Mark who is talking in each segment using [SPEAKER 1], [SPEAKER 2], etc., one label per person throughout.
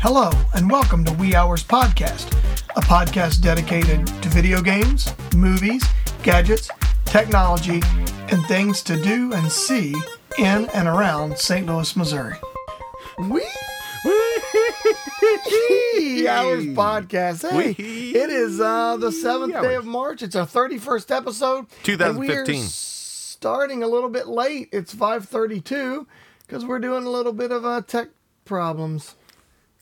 [SPEAKER 1] Hello, and welcome to We Hours Podcast, a podcast dedicated to video games, movies, gadgets, technology, and things to do and see in and around St. Louis, Missouri. We Hours Podcast. Hey,
[SPEAKER 2] Wee.
[SPEAKER 1] it is uh, the seventh day
[SPEAKER 2] Hours.
[SPEAKER 1] of March. It's our thirty-first episode. and we are
[SPEAKER 2] 2015.
[SPEAKER 1] starting a little bit late. It's five thirty-two because we're doing a little bit of uh, tech problems.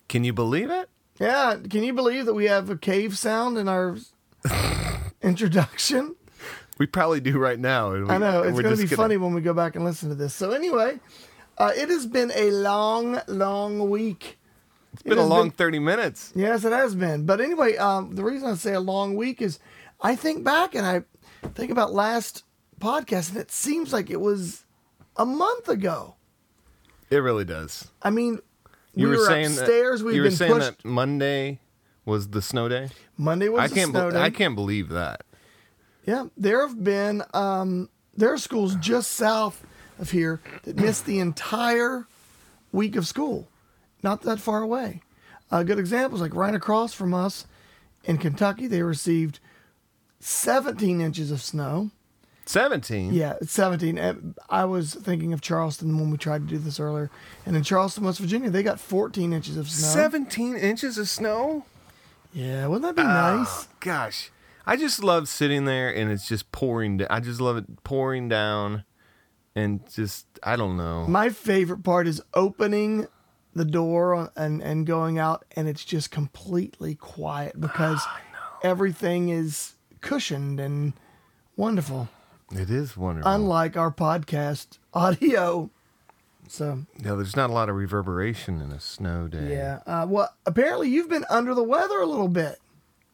[SPEAKER 2] Can you believe it?
[SPEAKER 1] Yeah, can you believe that we have a cave sound in our introduction?
[SPEAKER 2] We probably do right now. and we-
[SPEAKER 1] I know
[SPEAKER 2] and
[SPEAKER 1] it's
[SPEAKER 2] we're
[SPEAKER 1] going to be
[SPEAKER 2] just
[SPEAKER 1] funny when we go back and listen to this. So anyway, uh, it has been a long, long week.
[SPEAKER 2] It's been a
[SPEAKER 1] has
[SPEAKER 2] long
[SPEAKER 1] been-
[SPEAKER 2] 30 minutes.
[SPEAKER 1] Yes, it has been. But anyway, um, the reason I say a long week is I think back and I think about last podcast, and it seems like it was a month ago.
[SPEAKER 2] It really does.
[SPEAKER 1] I mean,
[SPEAKER 2] You
[SPEAKER 1] we
[SPEAKER 2] were,
[SPEAKER 1] were
[SPEAKER 2] saying
[SPEAKER 1] upstairs.
[SPEAKER 2] That,
[SPEAKER 1] we've
[SPEAKER 2] you were
[SPEAKER 1] been
[SPEAKER 2] saying
[SPEAKER 1] pushed.
[SPEAKER 2] that Monday was the snow day.
[SPEAKER 1] Monday was
[SPEAKER 2] I
[SPEAKER 1] a
[SPEAKER 2] can't.
[SPEAKER 1] snow
[SPEAKER 2] Be-
[SPEAKER 1] day.
[SPEAKER 2] I can't believe that.
[SPEAKER 1] Yeah, there have been um, there are schools just south of here that missed the entire week of school, not that far away. Uh, good examples like right across from us in Kentucky, they received 17 inches of snow.
[SPEAKER 2] 17.
[SPEAKER 1] Yeah, it's 17. And I was thinking of Charleston when we tried to do this earlier, and in Charleston, West Virginia, they got 14 inches of snow.
[SPEAKER 2] 17 inches of snow. Oh,
[SPEAKER 1] Yeah, wouldn't that be
[SPEAKER 2] Ah.
[SPEAKER 1] nice?
[SPEAKER 2] Gosh, I just love sitting there and it's just pouring. down. I just love it pouring down, and just I don't know.
[SPEAKER 1] My favorite part is opening the door on- and and going out, and it's just completely quiet because everything is cushioned and wonderful,
[SPEAKER 2] It is wonderful.
[SPEAKER 1] unlike our podcast audio. So
[SPEAKER 2] no, there's not a lot of reverberation in a snow day.
[SPEAKER 1] yeah, uh, well, apparently you've been under the weather a little bit.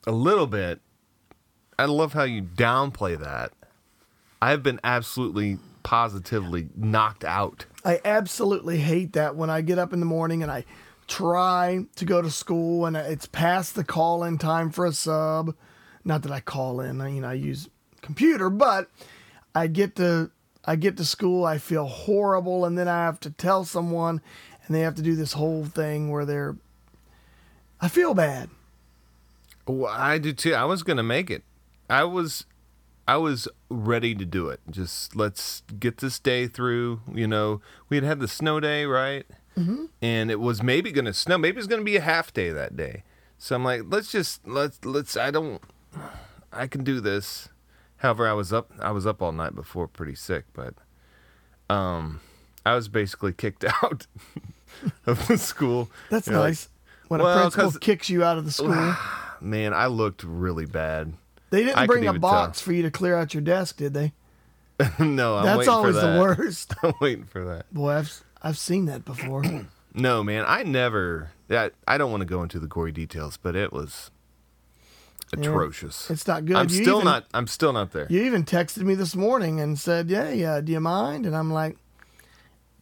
[SPEAKER 2] a little bit. I love how you downplay that. I've been absolutely positively knocked out.
[SPEAKER 1] I absolutely hate that when I get up in the morning and I try to go to school and it's past the call in time for a sub. Not that I call in, I- you know, I use computer, but I get to I get to school, I feel horrible, and then I have to tell someone, and they have to do this whole thing where they're. I feel bad.
[SPEAKER 2] Well, I do too. I was going to make it. I was I was ready to do it. Just let's get this day through, you know. We had had the snow day, right? Mm-hmm. And it was maybe going to snow. Maybe it's going to be a half day that day. So I'm like, let's just let's let's I don't I can do this. However, I was up I was up all night before pretty sick, but um I was basically kicked out of the school.
[SPEAKER 1] That's
[SPEAKER 2] You're like,
[SPEAKER 1] nice. when a
[SPEAKER 2] well,
[SPEAKER 1] principal
[SPEAKER 2] 'cause-
[SPEAKER 1] kicks you out of the school,
[SPEAKER 2] Man, I looked really bad.
[SPEAKER 1] they
[SPEAKER 2] I
[SPEAKER 1] didn't
[SPEAKER 2] could
[SPEAKER 1] bring a
[SPEAKER 2] even
[SPEAKER 1] box for you to clear out your desk, did they?
[SPEAKER 2] no, I'm
[SPEAKER 1] That's
[SPEAKER 2] waiting
[SPEAKER 1] always
[SPEAKER 2] for that.
[SPEAKER 1] the worst.
[SPEAKER 2] I'm waiting for that.
[SPEAKER 1] Boy, I've I've seen that before.
[SPEAKER 2] No, man, I never. That I don't want to go into the gory details, but it was atrocious.
[SPEAKER 1] it's not good.
[SPEAKER 2] I'm
[SPEAKER 1] You
[SPEAKER 2] still
[SPEAKER 1] even-
[SPEAKER 2] not. I'm still not there.
[SPEAKER 1] You even texted me this morning and said, "Yeah, yeah, do you mind?" And I'm like,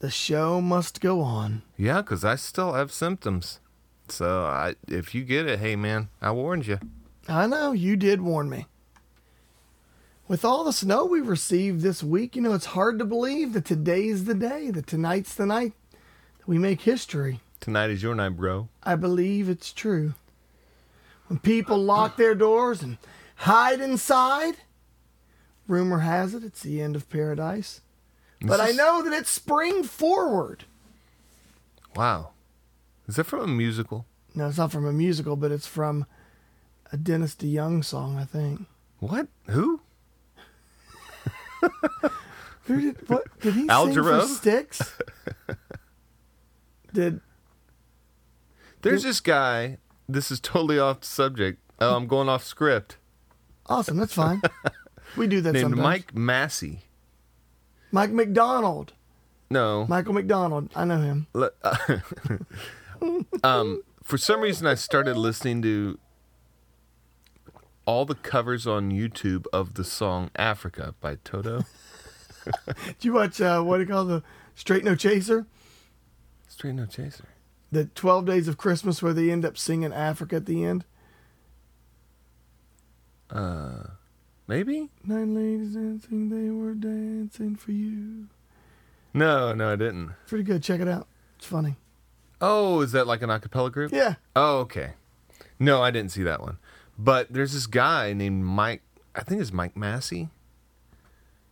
[SPEAKER 1] "The show must go on."
[SPEAKER 2] Yeah, because I still have symptoms. So I, if you get it, hey man, I warned you.
[SPEAKER 1] I know you did warn me. With all the snow we received this week, you know it's hard to believe that today's the day, that tonight's the night that we make history.
[SPEAKER 2] Tonight is your night, bro.
[SPEAKER 1] I believe it's true. When people lock their doors and hide inside, rumor has it it's the end of paradise. But I
[SPEAKER 2] is-
[SPEAKER 1] know that it's spring forward.
[SPEAKER 2] Wow, is that from a musical?
[SPEAKER 1] No, it's not from a musical, but it's from a Dennis DeYoung song, I think.
[SPEAKER 2] What? Who?
[SPEAKER 1] Who did what did he
[SPEAKER 2] Al
[SPEAKER 1] sing for
[SPEAKER 2] Jarreau?
[SPEAKER 1] Sticks? did
[SPEAKER 2] There's this guy. This is totally off subject. Oh, I'm going off script.
[SPEAKER 1] awesome, that's fine. We do that
[SPEAKER 2] Named
[SPEAKER 1] sometimes.
[SPEAKER 2] Mike Massey.
[SPEAKER 1] Mike McDonald.
[SPEAKER 2] No,
[SPEAKER 1] Michael McDonald. I know him.
[SPEAKER 2] Le- um, for some reason, I started listening to all the covers on YouTube of the song "Africa" by Toto.
[SPEAKER 1] Did you watch uh, what do you call the Straight No Chaser?
[SPEAKER 2] Straight No Chaser.
[SPEAKER 1] the 12 days of christmas where they end up singing africa at the end
[SPEAKER 2] Maybe?
[SPEAKER 1] nine ladies dancing they were dancing for you
[SPEAKER 2] No, no, I didn't.
[SPEAKER 1] pretty good check it out it's funny
[SPEAKER 2] Oh, is that like an acapella group?
[SPEAKER 1] Yeah.
[SPEAKER 2] Oh, okay. No, I didn't see that one. But there's this guy named Mike. I think it's Mike Massey.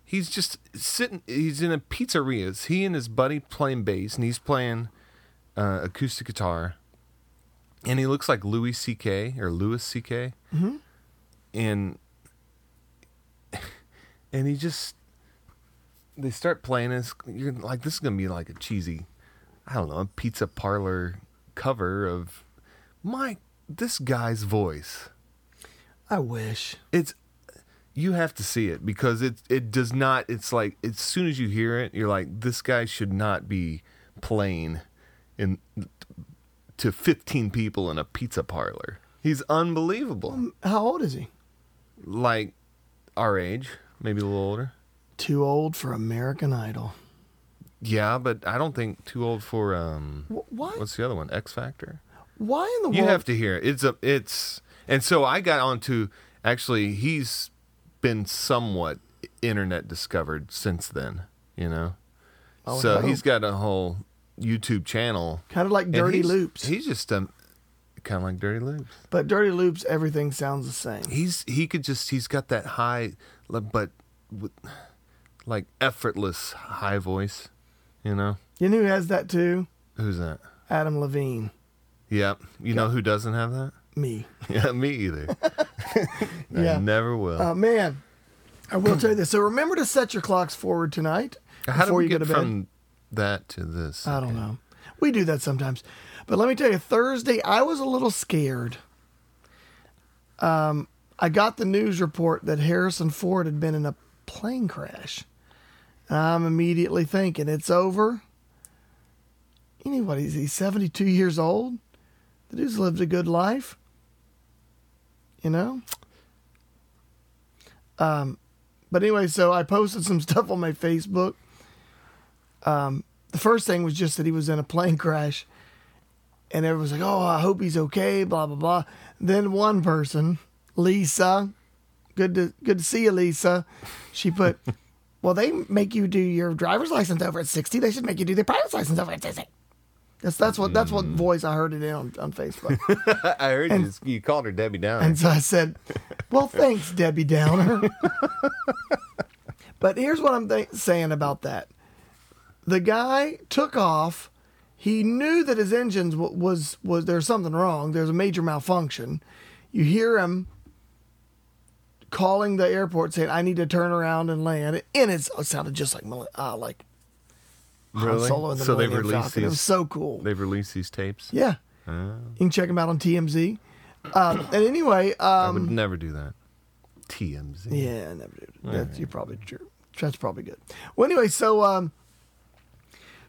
[SPEAKER 2] He's just sitting. He's in a pizzeria. It's he and his buddy playing bass, and he's playing uh, acoustic guitar. And he looks like Louis C.K. or Louis C.K. Mm-hmm. And and he just they start playing this. You're like, this is gonna be like a cheesy, I don't know, a pizza parlor cover of my this guy's voice.
[SPEAKER 1] I wish.
[SPEAKER 2] It's you have to see it because it it does not. It's like as soon as you hear it, you're like, this guy should not be playing in to 15 people in a pizza parlor. He's unbelievable.
[SPEAKER 1] How old is he?
[SPEAKER 2] Like our age, maybe a little older.
[SPEAKER 1] Too old for American Idol.
[SPEAKER 2] Yeah, but I don't think too old for um
[SPEAKER 1] Wh- what?
[SPEAKER 2] what's the other one? X Factor.
[SPEAKER 1] Why in the
[SPEAKER 2] You
[SPEAKER 1] world?
[SPEAKER 2] have to hear it. It's a it's and so I got onto actually he's been somewhat internet discovered since then, you know.
[SPEAKER 1] I would
[SPEAKER 2] so
[SPEAKER 1] hope.
[SPEAKER 2] he's got a whole YouTube channel.
[SPEAKER 1] kind of like
[SPEAKER 2] and
[SPEAKER 1] Dirty
[SPEAKER 2] he's-
[SPEAKER 1] Loops,
[SPEAKER 2] He's just um kind of like Dirty Loops.
[SPEAKER 1] but Dirty Loops, everything sounds the same.
[SPEAKER 2] He's he could just he's got that high li- but with, like effortless high voice, you know.
[SPEAKER 1] You know who has that too?
[SPEAKER 2] Who's that?
[SPEAKER 1] Adam Levine.
[SPEAKER 2] Yep. You know who doesn't have that?
[SPEAKER 1] Me.
[SPEAKER 2] Yeah, me either.
[SPEAKER 1] Yeah.
[SPEAKER 2] I never will.
[SPEAKER 1] Uh, man, I will tell you this. So remember to set your clocks forward tonight
[SPEAKER 2] How do
[SPEAKER 1] before
[SPEAKER 2] we
[SPEAKER 1] you
[SPEAKER 2] get
[SPEAKER 1] go to bed.
[SPEAKER 2] from that to this?
[SPEAKER 1] I don't know. We do that sometimes. But let me tell you, Thursday, I was a little scared. Um, I got the news report that Harrison Ford had been in a plane crash. And I'm immediately thinking, it's over. Anybody, is he 72 years old? The dude's lived a good life. You know? Um, but anyway, so I posted some stuff on my Facebook the first thing was just that he was in a plane crash and everyone was like, oh, I hope he's okay, blah, blah, blah. Then one person, Lisa, good to, good to see you, Lisa. She put, well, they make you do your driver's license over at 60. They should make you do their pilot's license over at 60. That's, that's what that's what voice I heard it in on, on Facebook.
[SPEAKER 2] I heard you, you called her Debbie Downer.
[SPEAKER 1] And so I said, "Well, thanks, Debbie Downer." but here's what I'm th- saying about that: the guy took off. He knew that his engines w- was was there's something wrong. There's a major malfunction. You hear him calling the airport saying, "I need to turn around and land," and it's, it sounded just like Mil- uh, like Han
[SPEAKER 2] Really?
[SPEAKER 1] Solo and the
[SPEAKER 2] So they
[SPEAKER 1] Millennium
[SPEAKER 2] released
[SPEAKER 1] Falcon. It
[SPEAKER 2] these-
[SPEAKER 1] was so cool.
[SPEAKER 2] They've released these tapes. Oh,
[SPEAKER 1] yeah, you can check him out on TMZ. Um, and anyway, um,
[SPEAKER 2] I would never do that. TMZ.
[SPEAKER 1] Yeah, I never did. That's you're probably true. That's probably good. Well, anyway, so um,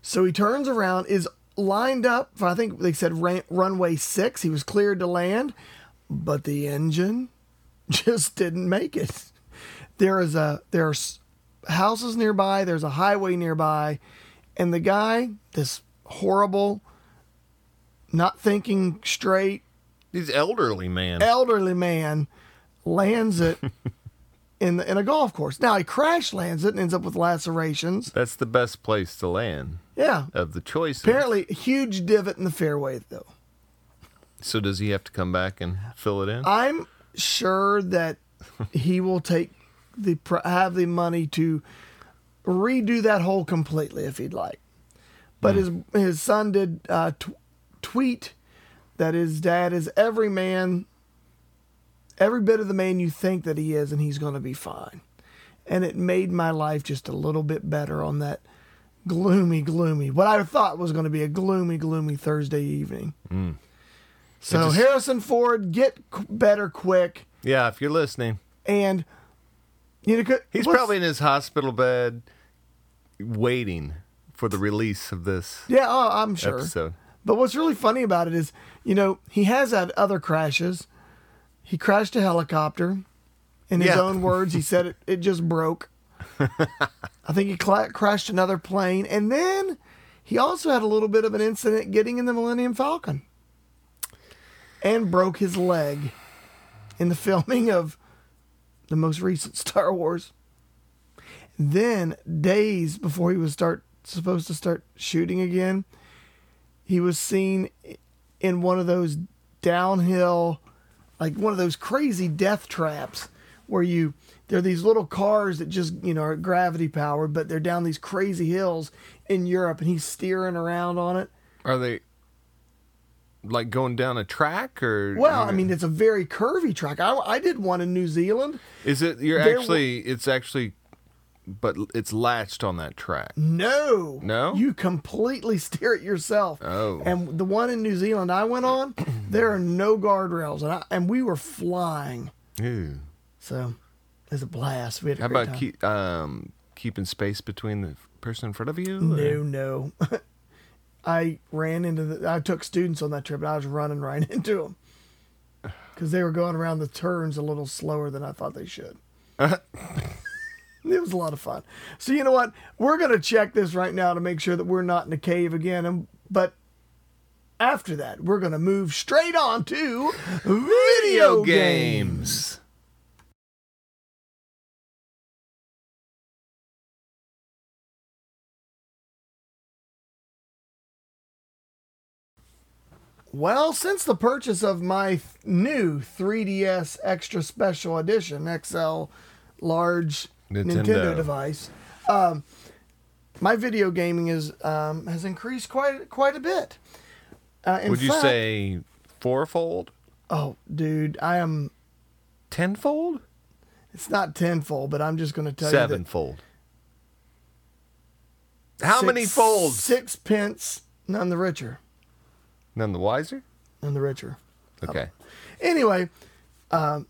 [SPEAKER 1] so he turns around, is lined up for I think they said ran- runway six. He was cleared to land, but the engine just didn't make it. There is a there's houses nearby. There's a highway nearby, and the guy, this horrible, not thinking straight,
[SPEAKER 2] These elderly man.
[SPEAKER 1] elderly man lands it in the, in a golf course. Now he crash lands it and ends up with lacerations.
[SPEAKER 2] That's the best place to land
[SPEAKER 1] Yeah,
[SPEAKER 2] of the choices.
[SPEAKER 1] apparently huge divot in the fairway though.
[SPEAKER 2] So does he have to come back and fill it in?
[SPEAKER 1] I'm sure that he will take the pr- have the money to redo that hole completely if he'd like. But his his son did uh, t- tweet that his dad is every man, every bit of the man you think that he is, and he's going to be fine. And it made my life just a little bit better on that gloomy, gloomy. What I thought was going to be a gloomy, gloomy Thursday evening. So
[SPEAKER 2] just-
[SPEAKER 1] Harrison Ford, get qu- better quick,
[SPEAKER 2] yeah, if you're listening.
[SPEAKER 1] and you know could-
[SPEAKER 2] He's
[SPEAKER 1] what's-
[SPEAKER 2] probably in his hospital bed waiting for the release of this
[SPEAKER 1] yeah. Oh, I'm sure.
[SPEAKER 2] episode.
[SPEAKER 1] But what's really funny about it is, you know, he has had other crashes. He crashed a helicopter. In his
[SPEAKER 2] Yeah.
[SPEAKER 1] own words, he said it, it just broke. I think he cla crashed another plane. And then he also had a little bit of an incident getting in the Millennium Falcon and broke his leg in the filming of the most recent Star Wars. Then, days before he was start supposed to start shooting again, He was seen in one of those downhill, like one of those crazy death traps where you there are these little cars that just you know are gravity powered, but they're down these crazy hills in Europe, and he's steering around on it.
[SPEAKER 2] Are they like going down a track or?
[SPEAKER 1] Well, I mean, it's a very curvy track. I, I did one in New Zealand.
[SPEAKER 2] is it you're
[SPEAKER 1] there
[SPEAKER 2] actually? It's actually, but it's latched on that track.
[SPEAKER 1] No.
[SPEAKER 2] No?
[SPEAKER 1] You completely steer it yourself.
[SPEAKER 2] Oh.
[SPEAKER 1] And the one in New Zealand I went on, there are no guardrails, and I, and we were flying.
[SPEAKER 2] Ooh.
[SPEAKER 1] So it was a blast. We had a
[SPEAKER 2] How
[SPEAKER 1] great
[SPEAKER 2] about
[SPEAKER 1] time.
[SPEAKER 2] keep, um, keeping space between the person in front of you?
[SPEAKER 1] No, no. I ran into the. I took students on that trip, and I was running right into them because they were going around the turns a little slower than I thought they should. it was a lot of fun. So you know what? We're gonna check this right now to make sure that we're not in a cave again. And but after that, we're gonna move straight on to video games. Well, since the purchase of my th- new 3DS Extra Special Edition XL large Nintendo,
[SPEAKER 2] Nintendo.
[SPEAKER 1] device, um, my video gaming is um, has increased quite quite a bit. Uh, in
[SPEAKER 2] Would you
[SPEAKER 1] fact-
[SPEAKER 2] say fourfold,
[SPEAKER 1] Oh, dude, I am.
[SPEAKER 2] tenfold,
[SPEAKER 1] It's not tenfold, but I'm just going to tell you
[SPEAKER 2] sevenfold?
[SPEAKER 1] that
[SPEAKER 2] How many
[SPEAKER 1] six-
[SPEAKER 2] folds?
[SPEAKER 1] Six pence, none the richer,
[SPEAKER 2] None the wiser.
[SPEAKER 1] none the richer.
[SPEAKER 2] Okay.
[SPEAKER 1] Anyway, um,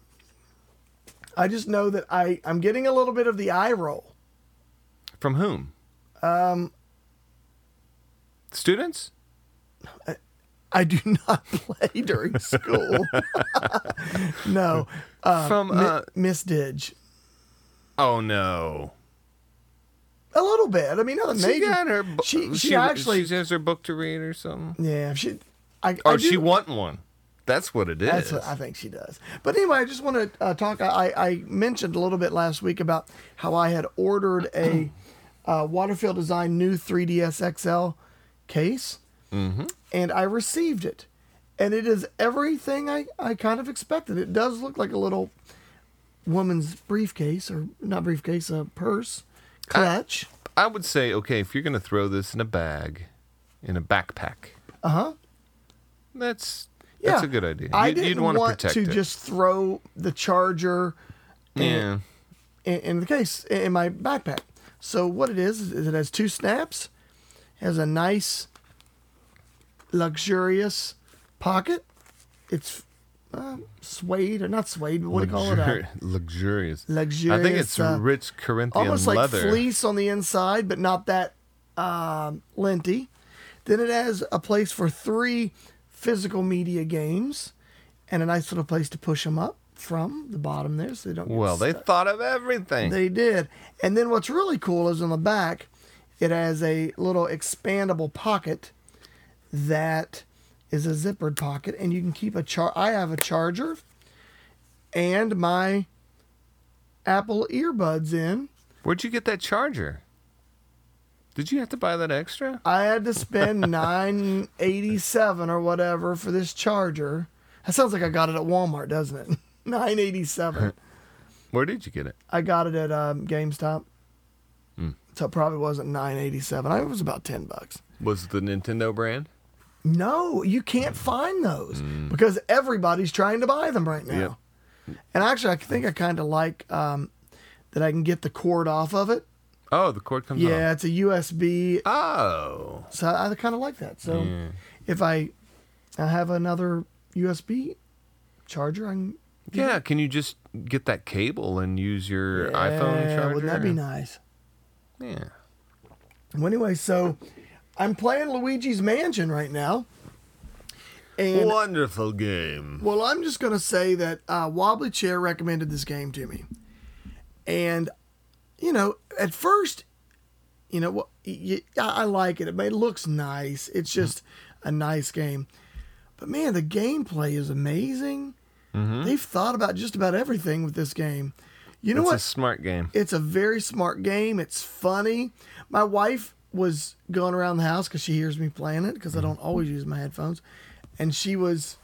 [SPEAKER 1] I just know that I I'm getting a little bit of the eye roll.
[SPEAKER 2] From whom? Um. Students.
[SPEAKER 1] I do not play during school. no, uh,
[SPEAKER 2] From
[SPEAKER 1] mi-
[SPEAKER 2] uh.
[SPEAKER 1] Miss Didge.
[SPEAKER 2] Oh no.
[SPEAKER 1] A little bit. I mean, not a
[SPEAKER 2] She
[SPEAKER 1] major.
[SPEAKER 2] got her. bu-
[SPEAKER 1] she- she
[SPEAKER 2] re-
[SPEAKER 1] actually-
[SPEAKER 2] she has her book to read or something.
[SPEAKER 1] yeah, she. I, I
[SPEAKER 2] Or
[SPEAKER 1] do-
[SPEAKER 2] Oh, she want one. That's what it is.
[SPEAKER 1] That's what I think she does. But anyway, I just want to uh, talk. I, I mentioned a little bit last week about how I had ordered a uh, Waterfield Design new 3DS XL case,
[SPEAKER 2] Mm-hmm.
[SPEAKER 1] and I received it. And it is everything I, I kind of expected. It does look like a little woman's briefcase, or not briefcase, a purse, clutch.
[SPEAKER 2] I would say, okay, if you're going to throw this in a bag, in a backpack,
[SPEAKER 1] Uh huh.
[SPEAKER 2] that's
[SPEAKER 1] Yeah.
[SPEAKER 2] that's a good idea.
[SPEAKER 1] I
[SPEAKER 2] You'd-
[SPEAKER 1] didn't
[SPEAKER 2] you'd
[SPEAKER 1] want
[SPEAKER 2] wanna protect
[SPEAKER 1] to
[SPEAKER 2] it.
[SPEAKER 1] just throw the charger
[SPEAKER 2] yeah.
[SPEAKER 1] in, in the case in my backpack. So what it is is it has two snaps, has a nice, luxurious pocket. It's uh, suede or not suede, but what do you call it? Uh,
[SPEAKER 2] Luxuri- luxurious. I think
[SPEAKER 1] Luxurious,
[SPEAKER 2] it's
[SPEAKER 1] uh,
[SPEAKER 2] rich Corinthian
[SPEAKER 1] almost like
[SPEAKER 2] leather.
[SPEAKER 1] fleece on the inside, but not that um, linty. Then it has a place for three physical media games, and a nice little place to push them up from the bottom there, so they don't. get
[SPEAKER 2] well, they
[SPEAKER 1] stuck.
[SPEAKER 2] thought of everything.
[SPEAKER 1] They did. And then what's really cool is on the back, it has a little expandable pocket that is a zippered pocket, and you can keep a char. I have a charger and my Apple earbuds in.
[SPEAKER 2] Where'd you get that charger? Did you have to buy that extra?
[SPEAKER 1] I had to spend nine eighty seven or whatever for this charger. That sounds like I got it at Walmart, doesn't it? Nine eighty seven.
[SPEAKER 2] Where did you get it?
[SPEAKER 1] I got it at um, GameStop, so it probably wasn't nine eighty seven. I it was about ten bucks.
[SPEAKER 2] Was it the Nintendo brand?
[SPEAKER 1] No, you can't find those
[SPEAKER 2] Mm.
[SPEAKER 1] because everybody's trying to buy them right now. And actually, I think I kind of like um, that I can get the cord off of it.
[SPEAKER 2] Oh, the cord comes
[SPEAKER 1] Yeah, it's a USB,
[SPEAKER 2] off. Oh.
[SPEAKER 1] so I kind of like that. So if I, I have another USB charger, I can.
[SPEAKER 2] Yeah, can you just get that cable and use your iPhone
[SPEAKER 1] Yeah,
[SPEAKER 2] charger?
[SPEAKER 1] Wouldn't that be nice?
[SPEAKER 2] Yeah.
[SPEAKER 1] Well, anyway, so I'm playing Luigi's Mansion right now, and
[SPEAKER 2] Wonderful game.
[SPEAKER 1] Well, I'm just going to say that uh, Wobbly Chair recommended this game to me. And, you know, at first, you know, wh- y- y- I I like it. It may- it looks nice. It's just a nice game. But, man, the gameplay is amazing. They've thought about just about everything with this game. You know
[SPEAKER 2] It's
[SPEAKER 1] what?
[SPEAKER 2] a smart game.
[SPEAKER 1] It's a very smart game. It's funny. My wife was going around the house because she hears me playing it because I don't always use my headphones, and she was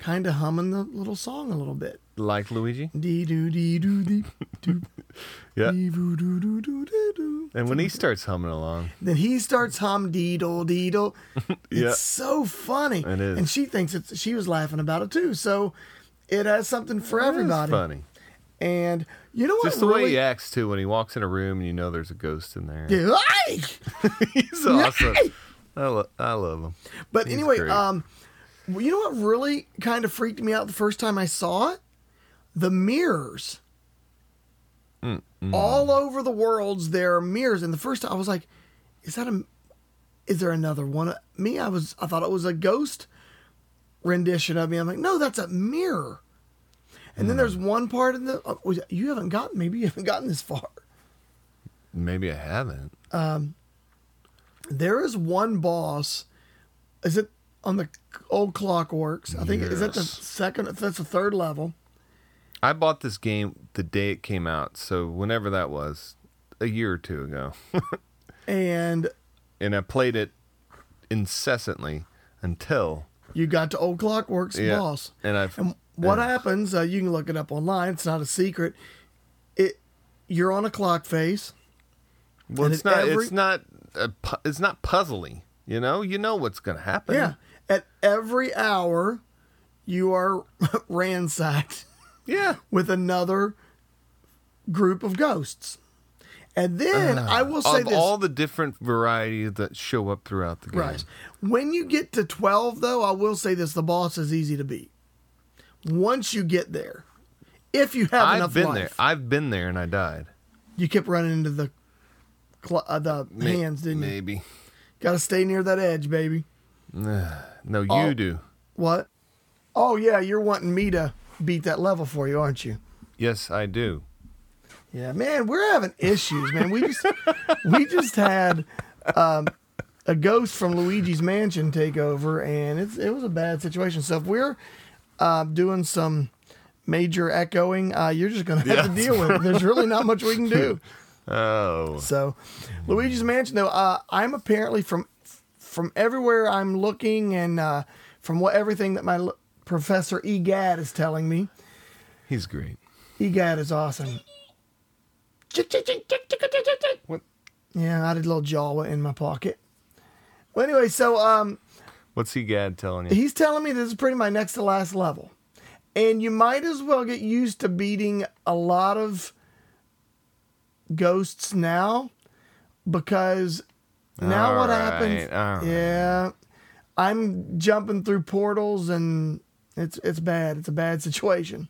[SPEAKER 1] kind of humming the little song a little bit.
[SPEAKER 2] Like Luigi?
[SPEAKER 1] Dee doo dee doo dee doo
[SPEAKER 2] Yeah.
[SPEAKER 1] dee doo doo doo doo doo doo.
[SPEAKER 2] And when he starts humming along,
[SPEAKER 1] Then he starts hum deedle deedle.
[SPEAKER 2] Yeah.
[SPEAKER 1] It's so funny.
[SPEAKER 2] It is.
[SPEAKER 1] And she thinks it's she was laughing about it too. So it has something for
[SPEAKER 2] it is
[SPEAKER 1] everybody.
[SPEAKER 2] funny.
[SPEAKER 1] And you know what?
[SPEAKER 2] Just the
[SPEAKER 1] really,
[SPEAKER 2] way he acts too when he walks in a room and you know there's a ghost in there.
[SPEAKER 1] Yeah, like-
[SPEAKER 2] He's awesome. I, lo- I love him.
[SPEAKER 1] But
[SPEAKER 2] He's
[SPEAKER 1] anyway,
[SPEAKER 2] great.
[SPEAKER 1] um, well, you know what really kind of freaked me out the first time I saw it? The mirrors. All over the worlds, there are mirrors. And the first time I was like, "Is that a? Is there another one?" Me, I was. I thought it was a ghost rendition of me. I'm like, "No, that's a mirror." And
[SPEAKER 2] Hmm.
[SPEAKER 1] then there's one part in the. oh, was- You haven't gotten. Maybe you haven't gotten this far.
[SPEAKER 2] Maybe I haven't.
[SPEAKER 1] There is one boss. Is it on the old Clockworks? I think is that the
[SPEAKER 2] Yes.
[SPEAKER 1] second? if That's the third level.
[SPEAKER 2] I bought this game the day it came out, so whenever that was, a year or two ago.
[SPEAKER 1] And
[SPEAKER 2] and I played it incessantly until
[SPEAKER 1] you got to old Clockworks
[SPEAKER 2] yeah,
[SPEAKER 1] boss.
[SPEAKER 2] and I've
[SPEAKER 1] And what
[SPEAKER 2] yeah.
[SPEAKER 1] happens? Uh, you can look it up online. It's not a secret. It you're on a clock face.
[SPEAKER 2] well,
[SPEAKER 1] and
[SPEAKER 2] it's
[SPEAKER 1] at
[SPEAKER 2] not
[SPEAKER 1] every-
[SPEAKER 2] it's not a, pu- it's not puzzly. You know, you know what's gonna happen.
[SPEAKER 1] Yeah. At every hour, you are ransacked.
[SPEAKER 2] yeah.
[SPEAKER 1] with another group of ghosts. And then I will say
[SPEAKER 2] Uh-huh. of
[SPEAKER 1] this.
[SPEAKER 2] all the different varieties that show up throughout the game.
[SPEAKER 1] Right. When you get to 12, though, I will say this the boss is easy to beat. Once you get there, if you have
[SPEAKER 2] I've
[SPEAKER 1] enough
[SPEAKER 2] been there.
[SPEAKER 1] life,
[SPEAKER 2] I've been there, and I died.
[SPEAKER 1] you kept running into the cl- uh, the
[SPEAKER 2] May-
[SPEAKER 1] hands, didn't you?
[SPEAKER 2] maybe.
[SPEAKER 1] Got to stay near that edge, baby.
[SPEAKER 2] No, you
[SPEAKER 1] Oh.
[SPEAKER 2] do.
[SPEAKER 1] What? Oh, yeah, you're wanting me to beat that level for you, aren't you?
[SPEAKER 2] Yes, I do.
[SPEAKER 1] Yeah, man, we're having issues, man. We just we just had um, a ghost from Luigi's Mansion take over, and it's it was a bad situation. So if we're uh, doing some major echoing, uh, you're just gonna have to deal with it. There's really not much we can do.
[SPEAKER 2] Oh,
[SPEAKER 1] So Luigi's Mansion, though, uh, I'm apparently from from everywhere I'm looking, and uh, from what everything that my l- professor Egad is telling me,
[SPEAKER 2] he's great.
[SPEAKER 1] Egad is awesome.
[SPEAKER 2] What?
[SPEAKER 1] Yeah, I had a little Jawa in my pocket. Well, anyway, so um,
[SPEAKER 2] What's he gad telling you?
[SPEAKER 1] he's telling me this is pretty my next to last level, and you might as well get used to beating a lot of ghosts now, because now
[SPEAKER 2] All
[SPEAKER 1] what
[SPEAKER 2] right,
[SPEAKER 1] happens?
[SPEAKER 2] all right.
[SPEAKER 1] Yeah, I'm jumping through portals, and it's it's bad. It's a bad situation.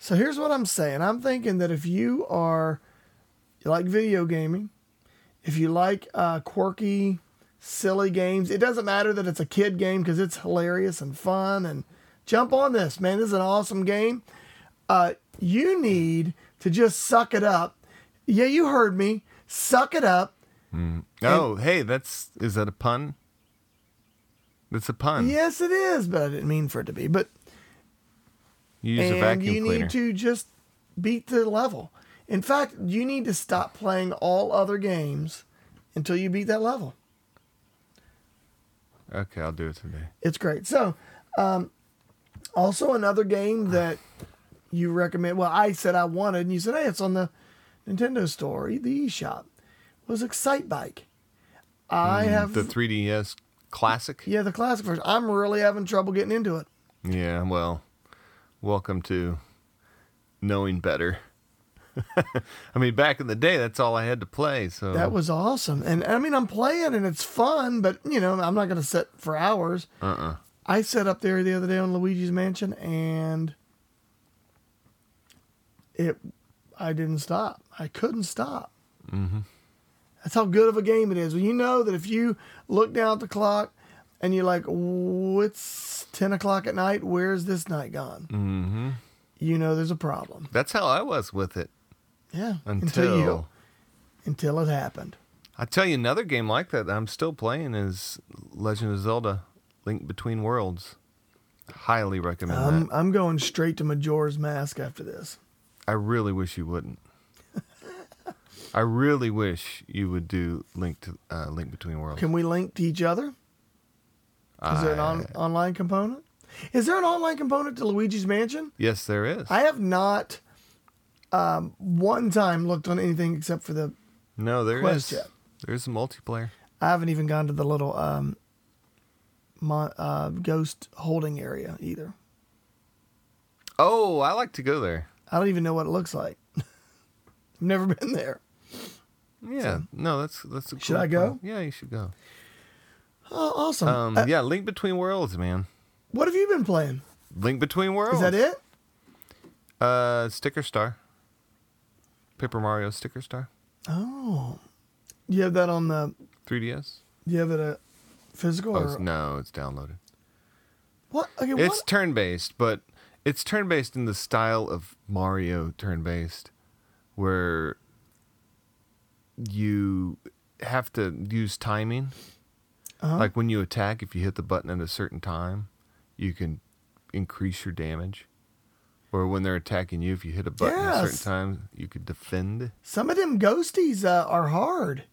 [SPEAKER 1] So here's what I'm saying. I'm thinking that if you are you like video gaming, if you like uh, quirky, silly games, it doesn't matter that it's a kid game because it's hilarious and fun. And jump on this, man. This is an awesome game. Uh, you need to just suck it up. Yeah, you heard me. Suck it up.
[SPEAKER 2] oh, hey, that's is that a pun? That's a pun.
[SPEAKER 1] Yes, it is, but I didn't mean for it to be. But
[SPEAKER 2] You use a
[SPEAKER 1] and
[SPEAKER 2] vacuum
[SPEAKER 1] you
[SPEAKER 2] cleaner.
[SPEAKER 1] need to just beat the level. In fact, you need to stop playing all other games until you beat that level.
[SPEAKER 2] Okay, I'll do it today.
[SPEAKER 1] It's great. So, um, also another game that you recommend. Well, I said I wanted, and you said, "Hey, it's on the Nintendo Store, the eShop." Was Excite Bike. I have
[SPEAKER 2] The 3DS classic.
[SPEAKER 1] yeah the classic version. I'm really having trouble getting into it.
[SPEAKER 2] Yeah, well, welcome to knowing better. I mean, back in the day, that's all I had to play. So
[SPEAKER 1] That was awesome, and I mean I'm playing and it's fun, but you know I'm not gonna sit for hours.
[SPEAKER 2] uh-uh.
[SPEAKER 1] I sat up there the other day on Luigi's Mansion and it I didn't stop. I couldn't stop. Mm-hmm. That's how good of a game it is. When you know that if you look down at the clock and you're like, "Ooh, it's 10 o'clock at night, where's this night gone? Mm-hmm. You know there's a problem.
[SPEAKER 2] That's how I was with it
[SPEAKER 1] Yeah.
[SPEAKER 2] until,
[SPEAKER 1] you, until it happened.
[SPEAKER 2] I tell you another game like that, that I'm still playing is Legend of Zelda: Link Between Worlds. Highly recommend
[SPEAKER 1] I'm,
[SPEAKER 2] that.
[SPEAKER 1] I'm going straight to Majora's Mask after this.
[SPEAKER 2] I really wish you wouldn't. I really wish you would do link to uh, link between worlds.
[SPEAKER 1] Can we link to each other? Is there an on- online component? Is there an online component to Luigi's Mansion?
[SPEAKER 2] yes, there is.
[SPEAKER 1] I have not um, one time looked on anything except for the.
[SPEAKER 2] no, there is.
[SPEAKER 1] Quest yet.
[SPEAKER 2] There's a multiplayer.
[SPEAKER 1] I haven't even gone to the little um, mon- uh, ghost holding area either.
[SPEAKER 2] Oh, I like to go there.
[SPEAKER 1] I don't even know what it looks like. I've never been there.
[SPEAKER 2] Yeah. No, that's that's. A
[SPEAKER 1] Should
[SPEAKER 2] cool
[SPEAKER 1] I go?
[SPEAKER 2] plan. Yeah, you should go.
[SPEAKER 1] Oh, awesome.
[SPEAKER 2] Um,
[SPEAKER 1] Uh,
[SPEAKER 2] yeah, link between worlds, man.
[SPEAKER 1] what have you been playing?
[SPEAKER 2] Link between worlds.
[SPEAKER 1] Is that it?
[SPEAKER 2] Uh, sticker star. Paper Mario sticker star.
[SPEAKER 1] Oh, you have that on the.
[SPEAKER 2] 3ds.
[SPEAKER 1] You have it a uh, physical
[SPEAKER 2] Oh
[SPEAKER 1] or
[SPEAKER 2] it's, no, it's downloaded.
[SPEAKER 1] what? Okay, what?
[SPEAKER 2] It's turn based, but it's turn based in the style of Mario turn based, where you have to use timing.
[SPEAKER 1] Uh-huh.
[SPEAKER 2] Like when you attack, if you hit the button at a certain time, you can increase your damage. Or when they're attacking you, if you hit a button at a certain
[SPEAKER 1] Yes.
[SPEAKER 2] time, you could defend.
[SPEAKER 1] Some of them ghosties uh, are hard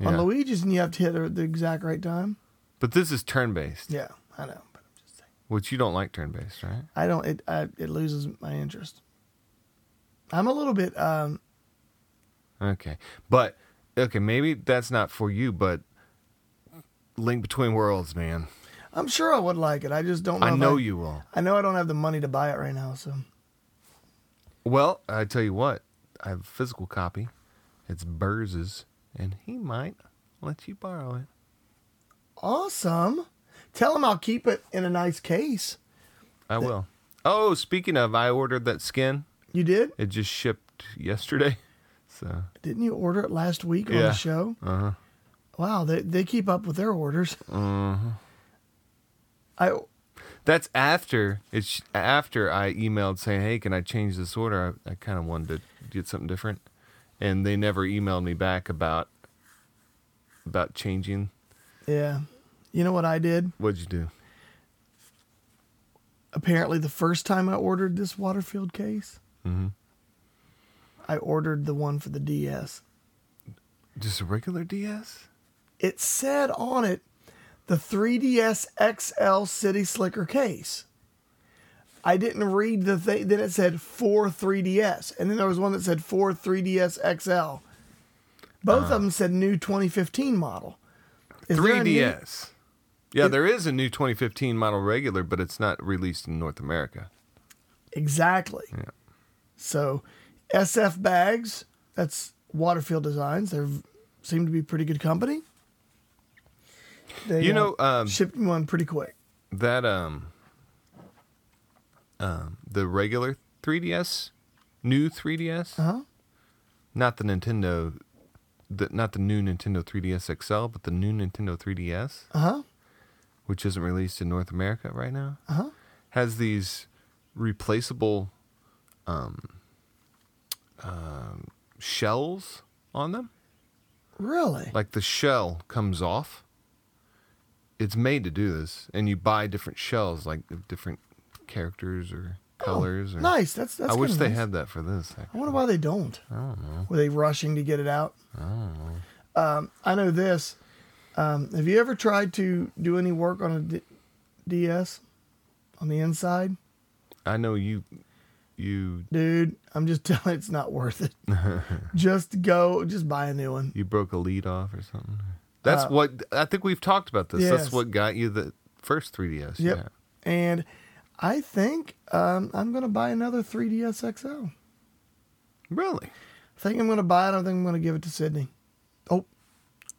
[SPEAKER 1] on
[SPEAKER 2] Yeah.
[SPEAKER 1] Luigi's, and you have to hit her at the exact right time.
[SPEAKER 2] But this is turn based,
[SPEAKER 1] Yeah, I know, but I'm just saying.
[SPEAKER 2] which you don't like turn based, right?
[SPEAKER 1] I don't. It I, it loses my interest. I'm a little bit. Um,
[SPEAKER 2] Okay. But okay, maybe that's not for you, but Link Between Worlds, man.
[SPEAKER 1] I'm sure I would like it. I just don't. Know
[SPEAKER 2] I
[SPEAKER 1] if
[SPEAKER 2] know you will.
[SPEAKER 1] I know I don't have the money to buy it right now. So
[SPEAKER 2] Well, I tell you what, I have a physical copy. It's Burz's, and he might let you borrow it.
[SPEAKER 1] awesome. Tell him I'll keep it in a nice case.
[SPEAKER 2] I will. Oh, speaking of, I ordered that skin.
[SPEAKER 1] You did?
[SPEAKER 2] It just shipped yesterday. So
[SPEAKER 1] Didn't you order it last week on
[SPEAKER 2] Yeah.
[SPEAKER 1] the show?
[SPEAKER 2] Uh-huh.
[SPEAKER 1] Wow, they they keep up with their orders.
[SPEAKER 2] Mm-hmm.
[SPEAKER 1] I
[SPEAKER 2] that's after it's after I emailed saying, "Hey, can I change this order? I, I kind of wanted to get something different," and they never emailed me back about about changing.
[SPEAKER 1] yeah. You know what I did?
[SPEAKER 2] What'd you do?
[SPEAKER 1] Apparently, the first time I ordered this Waterfield case, I ordered the one for the DS.
[SPEAKER 2] Just a regular DS?
[SPEAKER 1] It said on it the 3DS XL City Slicker case. I didn't read the thing. Then it said for 3DS, and then there was one that said for 3DS XL. Both of them said new 2015 model. Is there a new-
[SPEAKER 2] 3DS. Yeah, there is a new 2015 model regular, but it's not released in North America.
[SPEAKER 1] Exactly. So, SF Bags, that's Waterfield Designs. They seem to be pretty good company. They,
[SPEAKER 2] You
[SPEAKER 1] uh,
[SPEAKER 2] know, um,
[SPEAKER 1] shipped me one pretty quick.
[SPEAKER 2] that um, um, the regular 3DS, new 3DS,
[SPEAKER 1] Uh huh.
[SPEAKER 2] not the Nintendo, the, not the new Nintendo 3DS XL, but the new Nintendo 3DS,
[SPEAKER 1] Uh huh.
[SPEAKER 2] which isn't released in North America right now,
[SPEAKER 1] Uh huh.
[SPEAKER 2] has these replaceable um, um, shells on them.
[SPEAKER 1] Really?
[SPEAKER 2] like the shell comes off. It's made to do this, and you buy different shells, like of different characters or colors. or
[SPEAKER 1] Oh, nice. That's that's.
[SPEAKER 2] uh, I wish
[SPEAKER 1] kinda
[SPEAKER 2] they
[SPEAKER 1] nice.
[SPEAKER 2] had that for this.
[SPEAKER 1] I
[SPEAKER 2] actually.
[SPEAKER 1] wonder why they don't. I don't know. Were they rushing to get it out? I don't know. Um, I know this. Um, have you ever tried to do any work on a D- DS on the inside?
[SPEAKER 2] I know you, you,
[SPEAKER 1] dude i'm just telling it's not worth it just go just buy a new one
[SPEAKER 2] you broke a lead off or something. That's what I think we've talked about this. That's
[SPEAKER 1] Uh, yes.
[SPEAKER 2] what got you the first 3ds.
[SPEAKER 1] yep
[SPEAKER 2] Yeah.
[SPEAKER 1] and i think um, i'm gonna buy another 3ds xl i
[SPEAKER 2] Really?
[SPEAKER 1] think i'm gonna buy it i think i'm gonna give it to sydney oh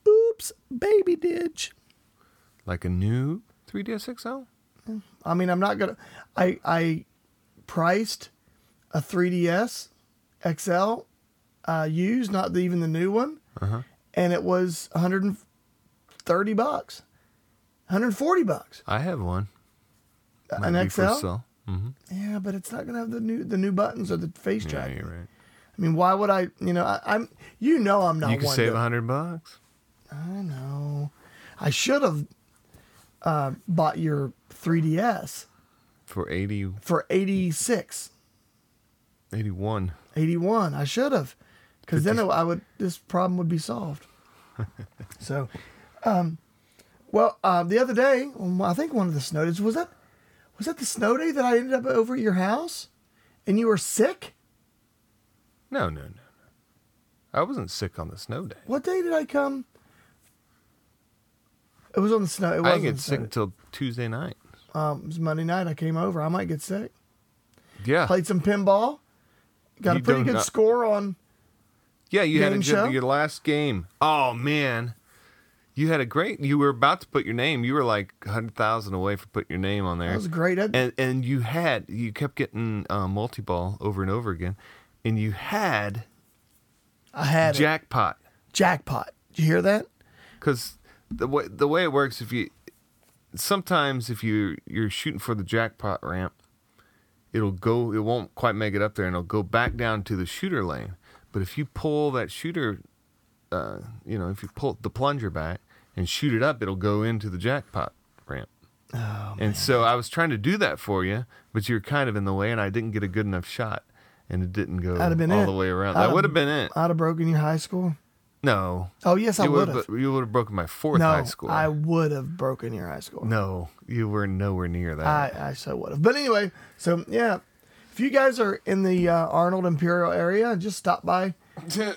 [SPEAKER 1] oops baby ditch
[SPEAKER 2] Like a new 3ds XL?
[SPEAKER 1] i mean i'm not gonna i i priced a 3ds xl uh used not the, even the new one and it was 130 bucks 140 bucks
[SPEAKER 2] I have one. Might
[SPEAKER 1] an
[SPEAKER 2] be for
[SPEAKER 1] XL.
[SPEAKER 2] sale. Mhm.
[SPEAKER 1] Yeah, but it's not gonna have the new the new buttons or the face
[SPEAKER 2] Yeah,
[SPEAKER 1] tracking.
[SPEAKER 2] you're right.
[SPEAKER 1] I mean, why would I? You know, I, I'm you know I'm not.
[SPEAKER 2] you can
[SPEAKER 1] one
[SPEAKER 2] save
[SPEAKER 1] to-
[SPEAKER 2] a hundred bucks.
[SPEAKER 1] I know. I should have uh, bought your 3ds
[SPEAKER 2] For 80,
[SPEAKER 1] for 86,
[SPEAKER 2] 81.
[SPEAKER 1] 81. I should have because then I would this problem would be solved. so, um, well, uh, the other day, um, I think one of the snow days was that was that the snow day that I ended up over at your house, and you were sick.
[SPEAKER 2] No, no, no, no. I wasn't sick on the snow day.
[SPEAKER 1] What day did I come? It was on the snow. It
[SPEAKER 2] I
[SPEAKER 1] was
[SPEAKER 2] didn't
[SPEAKER 1] on
[SPEAKER 2] get
[SPEAKER 1] the snow
[SPEAKER 2] sick until Tuesday night.
[SPEAKER 1] day. Um, it was Monday night. I came over. I might get sick.
[SPEAKER 2] Yeah,
[SPEAKER 1] Played some pinball. Got
[SPEAKER 2] You
[SPEAKER 1] a pretty
[SPEAKER 2] don't
[SPEAKER 1] good
[SPEAKER 2] know-
[SPEAKER 1] score on.
[SPEAKER 2] yeah. You had a
[SPEAKER 1] game
[SPEAKER 2] good,
[SPEAKER 1] show?
[SPEAKER 2] your last game. Oh man, you had a great. You were about to put your name. You were like hundred thousand away from putting your name on there.
[SPEAKER 1] That was great. I-
[SPEAKER 2] and and you had you kept getting uh, multi ball over and over again, and you had
[SPEAKER 1] I had it.
[SPEAKER 2] jackpot
[SPEAKER 1] jackpot. Did you hear that?
[SPEAKER 2] because the way the way it works if you sometimes if you you're shooting for the jackpot ramp, it'll go it won't quite make it up there and it'll go back down to the shooter lane. But if you pull that shooter, uh, you know if you pull the plunger back and shoot it up, it'll go into the jackpot ramp.
[SPEAKER 1] Oh,
[SPEAKER 2] And so I was trying to do that for you, but you were kind of in the way, and I didn't get a good enough shot, and it didn't go
[SPEAKER 1] That'd have been
[SPEAKER 2] all
[SPEAKER 1] it.
[SPEAKER 2] the way around.
[SPEAKER 1] I'd
[SPEAKER 2] that would have been it.
[SPEAKER 1] I'd have broken your high school.
[SPEAKER 2] No,
[SPEAKER 1] Oh yes, I
[SPEAKER 2] you
[SPEAKER 1] would have.
[SPEAKER 2] You would have broken my fourth
[SPEAKER 1] No,
[SPEAKER 2] high school.
[SPEAKER 1] I would have broken your high school.
[SPEAKER 2] No, you were nowhere near that.
[SPEAKER 1] I, I so would have. But anyway, so yeah, if you guys are in the uh, Arnold Imperial area, just stop by Uh,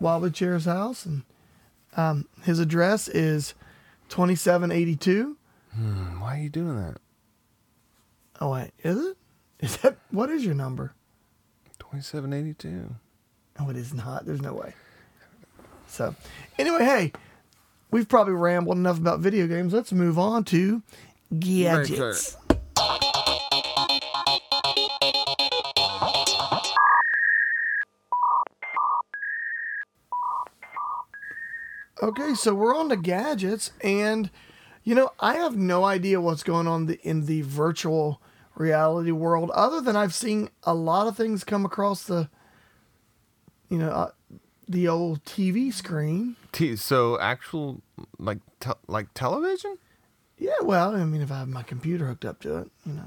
[SPEAKER 1] Wobbly Chair's house, and um, his address is twenty seven eighty two.
[SPEAKER 2] Why are you doing that?
[SPEAKER 1] Oh wait, is it? Is that what is your number?
[SPEAKER 2] Twenty-seven eighty-two.
[SPEAKER 1] No, it is not. There's no way. So, anyway, hey, we've probably rambled enough about video games. Let's move on to gadgets. Okay, so we're on to gadgets, and you know, I have no idea what's going on the, in the virtual reality world, other than I've seen a lot of things come across the, you know, uh, the old TV screen.
[SPEAKER 2] T- so actual like te- like television?
[SPEAKER 1] Yeah, well, I mean, if I have my computer hooked up to it, you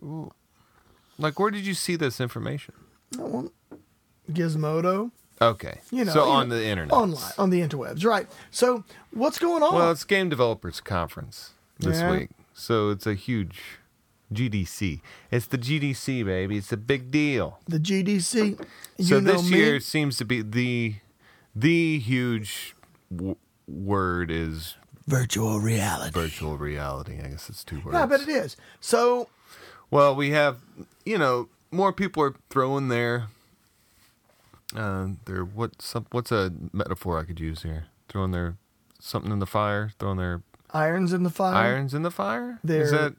[SPEAKER 1] know,
[SPEAKER 2] Like where did you see this information?
[SPEAKER 1] I won't. Gizmodo,
[SPEAKER 2] Okay,
[SPEAKER 1] you know,
[SPEAKER 2] so
[SPEAKER 1] you
[SPEAKER 2] on
[SPEAKER 1] know,
[SPEAKER 2] the internet,
[SPEAKER 1] online, on the interwebs, right? So, what's going on?
[SPEAKER 2] Well, it's Game Developers Conference this
[SPEAKER 1] Yeah.
[SPEAKER 2] week. So it's a huge GDC. It's the GDC, baby. It's a big deal.
[SPEAKER 1] the GDC. You
[SPEAKER 2] so
[SPEAKER 1] know
[SPEAKER 2] this
[SPEAKER 1] me.
[SPEAKER 2] year seems to be the the huge w- word is
[SPEAKER 1] virtual reality.
[SPEAKER 2] virtual reality. I guess it's two words.
[SPEAKER 1] Yeah, I bet it is. So,
[SPEAKER 2] Well, we have, you know, more people are throwing their, uh, their what? Some, what's a metaphor I could use here? Throwing their something in the fire, throwing their
[SPEAKER 1] irons in the fire,
[SPEAKER 2] irons in the fire. Is
[SPEAKER 1] Uh, Their-
[SPEAKER 2] that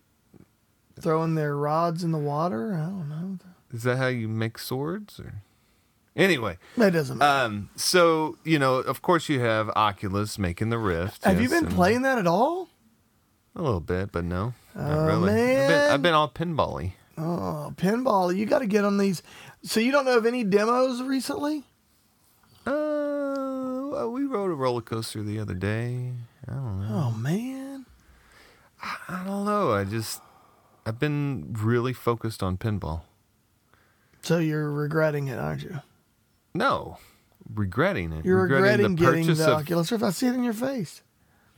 [SPEAKER 1] throwing their rods in the water. I don't know.
[SPEAKER 2] is that how you make swords? Or anyway,
[SPEAKER 1] That doesn't. matter.
[SPEAKER 2] um, so you know, of course, you have Oculus making the Rift.
[SPEAKER 1] have you
[SPEAKER 2] yes,
[SPEAKER 1] been
[SPEAKER 2] and-
[SPEAKER 1] playing that at all?
[SPEAKER 2] a little bit, but no, not
[SPEAKER 1] Oh,
[SPEAKER 2] really. I've, been,
[SPEAKER 1] man.
[SPEAKER 2] I've been all pinball-y.
[SPEAKER 1] Oh, pinball! You got to get on these. So you don't know of any demos recently?
[SPEAKER 2] Uh, well, we rode a roller coaster the other day. I don't know.
[SPEAKER 1] Oh man.
[SPEAKER 2] I don't know. I just I've been really focused on pinball.
[SPEAKER 1] So you're regretting it, aren't you?
[SPEAKER 2] No, regretting it.
[SPEAKER 1] You're regretting,
[SPEAKER 2] the
[SPEAKER 1] getting
[SPEAKER 2] purchase
[SPEAKER 1] the
[SPEAKER 2] of
[SPEAKER 1] Oculus Rift. I see it in your face.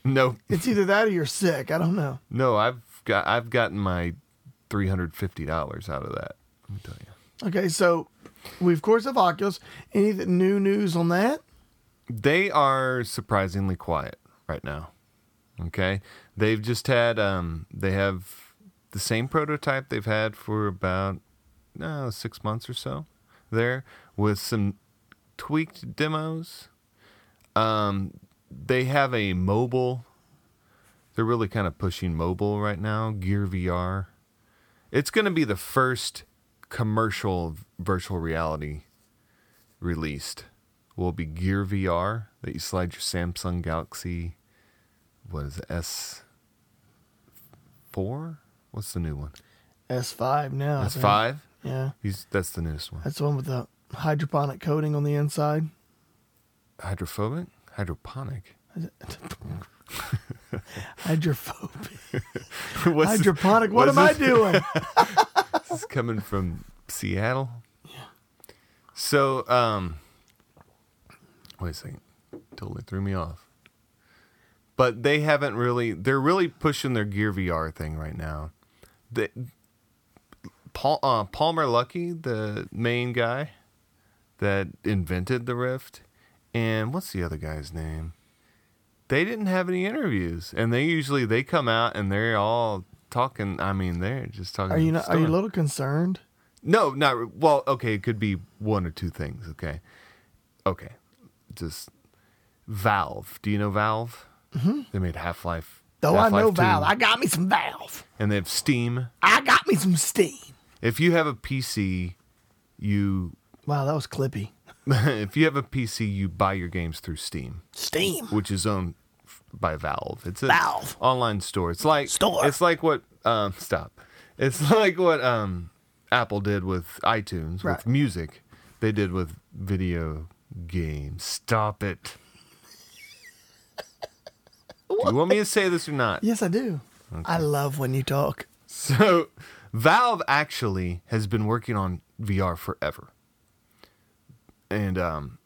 [SPEAKER 2] no,
[SPEAKER 1] It's either that or you're sick. I don't know.
[SPEAKER 2] no. I've got I've gotten my three hundred fifty dollars out of that. Let me tell you,
[SPEAKER 1] Okay, so we of course have Oculus. Any th- new news on that?
[SPEAKER 2] they are surprisingly quiet right now. Okay, they've just had um they have the same prototype they've had for about no six months or so there with some tweaked demos. Um, they have a mobile. They're really kind of pushing mobile right now. Gear VR. It's going to be the first commercial virtual reality released. Will be Gear VR that you slide your Samsung Galaxy. What is it, S four? What's the new one?
[SPEAKER 1] S five now. I
[SPEAKER 2] S
[SPEAKER 1] think.
[SPEAKER 2] five.
[SPEAKER 1] Yeah,
[SPEAKER 2] He's that's the newest one.
[SPEAKER 1] that's the one with the hydroponic coating on the inside.
[SPEAKER 2] Hydrophobic, hydroponic.
[SPEAKER 1] Is it- Hydrophobic.
[SPEAKER 2] What's this-
[SPEAKER 1] Hydroponic. What am
[SPEAKER 2] what's
[SPEAKER 1] I
[SPEAKER 2] this-
[SPEAKER 1] doing?
[SPEAKER 2] This is coming from Seattle. Yeah. So, um, wait a second, totally threw me off. But they haven't really. They're really pushing their Gear VR thing right now. The Paul uh, Palmer Lucky, the main guy that invented the Rift, and what's the other guy's name? They didn't have any interviews, and they usually they come out and they're all talking. I mean, they're just talking.
[SPEAKER 1] Are you not, are you a
[SPEAKER 2] stuff.
[SPEAKER 1] little concerned?
[SPEAKER 2] No, not well. Okay, it could be one or two things. Okay, okay, just Valve. Do you know Valve? Mm-hmm. They made Half Life.
[SPEAKER 1] Though I know Valve, I got me some Valve.
[SPEAKER 2] and they have Steam.
[SPEAKER 1] I got me some Steam.
[SPEAKER 2] If you have a PC, you
[SPEAKER 1] Wow, that was clippy.
[SPEAKER 2] if you have a PC, you buy your games through Steam,
[SPEAKER 1] Steam.
[SPEAKER 2] which is owned f- by Valve. It's a
[SPEAKER 1] Valve.
[SPEAKER 2] online store. It's like
[SPEAKER 1] Store.
[SPEAKER 2] It's like what um stop. It's like what um Apple did with iTunes
[SPEAKER 1] Right.
[SPEAKER 2] with music. They did with video games. Stop it. Do you want me to say this or not?
[SPEAKER 1] Yes, I do. I love when you talk.
[SPEAKER 2] So, Valve actually has been working on VR forever. And um,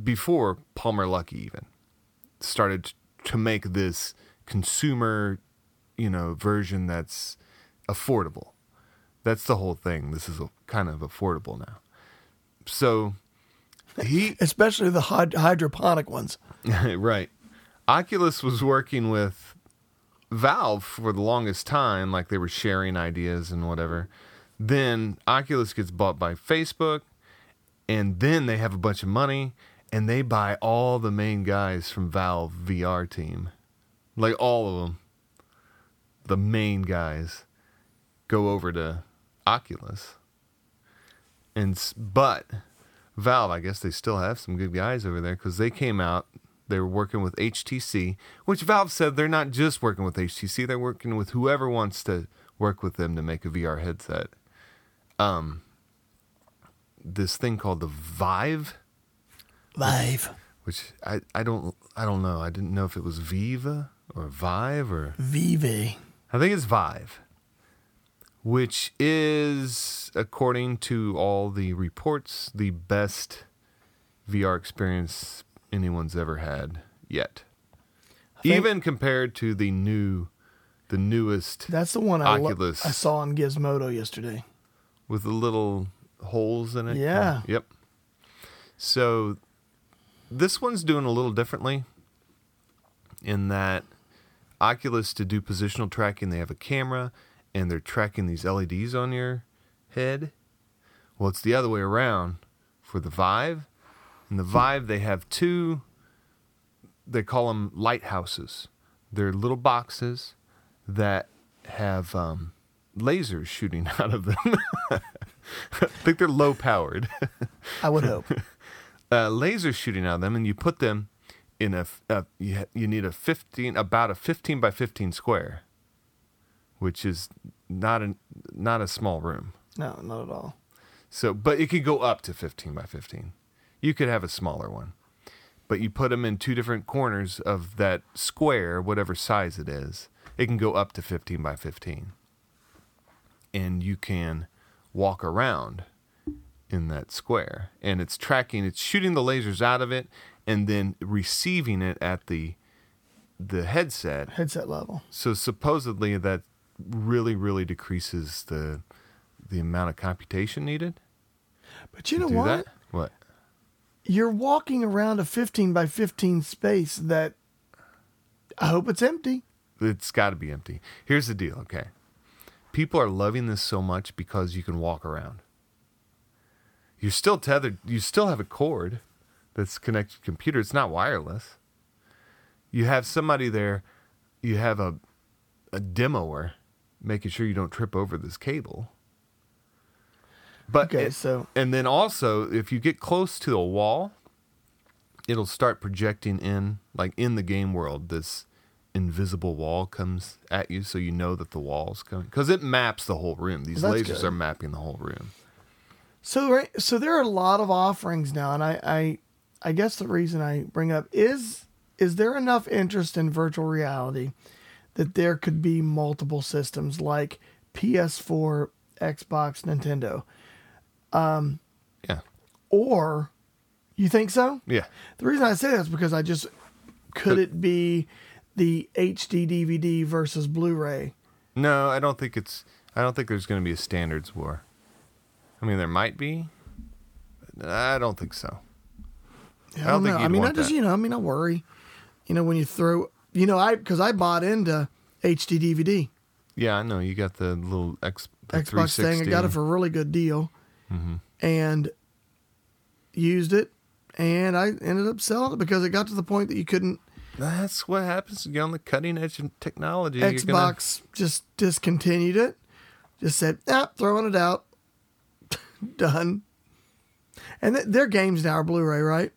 [SPEAKER 2] before Palmer Lucky even started t- to make this consumer, you know, version that's affordable. That's the whole thing. This is a, kind of affordable now. So he
[SPEAKER 1] Especially the hyd- hydroponic ones.
[SPEAKER 2] right. Oculus was working with Valve for the longest time, like they were sharing ideas and whatever. Then Oculus gets bought by Facebook, and then they have a bunch of money and they buy all the main guys from Valve VR team. Like all of them. The main guys go over to Oculus. And s- but Valve, I guess they still have some good guys over there because they came out. They were working with HTC, which Valve said they're not just working with HTC; they're working with whoever wants to work with them to make a VR headset. Um, this thing called the Vive,
[SPEAKER 1] Vive.
[SPEAKER 2] which I, I don't I don't know. I didn't know if it was Viva or Vive or
[SPEAKER 1] Vive.
[SPEAKER 2] I think it's Vive, which is, according to all the reports, the best VR experience anyone's ever had yet.
[SPEAKER 1] think-
[SPEAKER 2] Even compared to the new, the newest
[SPEAKER 1] That's the one I, lo-
[SPEAKER 2] Oculus.
[SPEAKER 1] I saw on Gizmodo yesterday.
[SPEAKER 2] with the little holes in it.
[SPEAKER 1] Yeah.
[SPEAKER 2] Yep. So this one's doing a little differently in that Oculus to do positional tracking, they have a camera and they're tracking these LEDs on your head. Well, it's the other way around for the Vive. In the Vive, they have two, they call them lighthouses. They're little boxes that have um, lasers shooting out of them. I think they're low powered
[SPEAKER 1] I would hope.
[SPEAKER 2] uh, lasers shooting out of them, and you put them in a, f- uh you, ha- you need a fifteen about a fifteen by fifteen square, which is not an not a small room.
[SPEAKER 1] No, not at all.
[SPEAKER 2] So, but it could go up to fifteen by fifteen. You could have a smaller one, but you put them in two different corners of that square, whatever size it is. It can go up to fifteen by fifteen, and you can walk around in that square and it's tracking it's shooting the lasers out of it and then receiving it at the the headset
[SPEAKER 1] Headset level.
[SPEAKER 2] so supposedly that really really decreases the the amount of computation needed
[SPEAKER 1] But you know
[SPEAKER 2] do
[SPEAKER 1] what?
[SPEAKER 2] that what
[SPEAKER 1] You're walking around a 15 by 15 space that I hope it's empty.
[SPEAKER 2] it's got to be empty here's the deal okay people are loving this so much because you can walk around you're still tethered you still have a cord that's connected to the computer it's not wireless you have somebody there you have a a demoer making sure you don't trip over this cable but
[SPEAKER 1] Okay,
[SPEAKER 2] it-
[SPEAKER 1] so
[SPEAKER 2] and then also if you get close to a wall it'll start projecting in like in the game world this invisible wall comes at you so you know that the wall's coming because it maps the whole room these
[SPEAKER 1] Well,
[SPEAKER 2] lasers
[SPEAKER 1] that's good.
[SPEAKER 2] are mapping the whole room
[SPEAKER 1] So right, so there are a lot of offerings now, and I, I I guess the reason I bring up is is there enough interest in virtual reality that there could be multiple systems like PS4, Xbox, Nintendo,
[SPEAKER 2] yeah
[SPEAKER 1] or You think so?
[SPEAKER 2] Yeah.
[SPEAKER 1] The reason I say that is because I just could it be the HD DVD versus Blu-ray?
[SPEAKER 2] No, I don't think it's. I don't think there's going to be a standards war. I mean, there might be. but I don't think so.
[SPEAKER 1] Yeah,
[SPEAKER 2] I don't think
[SPEAKER 1] know. I
[SPEAKER 2] you'd
[SPEAKER 1] mean, I
[SPEAKER 2] want
[SPEAKER 1] just
[SPEAKER 2] that.
[SPEAKER 1] you know, I mean, I worry. You know, when you throw, you know, I because I bought into HD DVD
[SPEAKER 2] Yeah, I know you got the little X, the
[SPEAKER 1] Xbox thing. I
[SPEAKER 2] 360.
[SPEAKER 1] got it for a really good deal,
[SPEAKER 2] Mm-hmm.
[SPEAKER 1] and used it, and I ended up selling it because it got to the point that you couldn't
[SPEAKER 2] That's what happens. You get on the cutting edge of technology. you're gonna-
[SPEAKER 1] Xbox just discontinued it. Just said, ah, throwing it out. Done. And th- their games now are Blu-ray, right?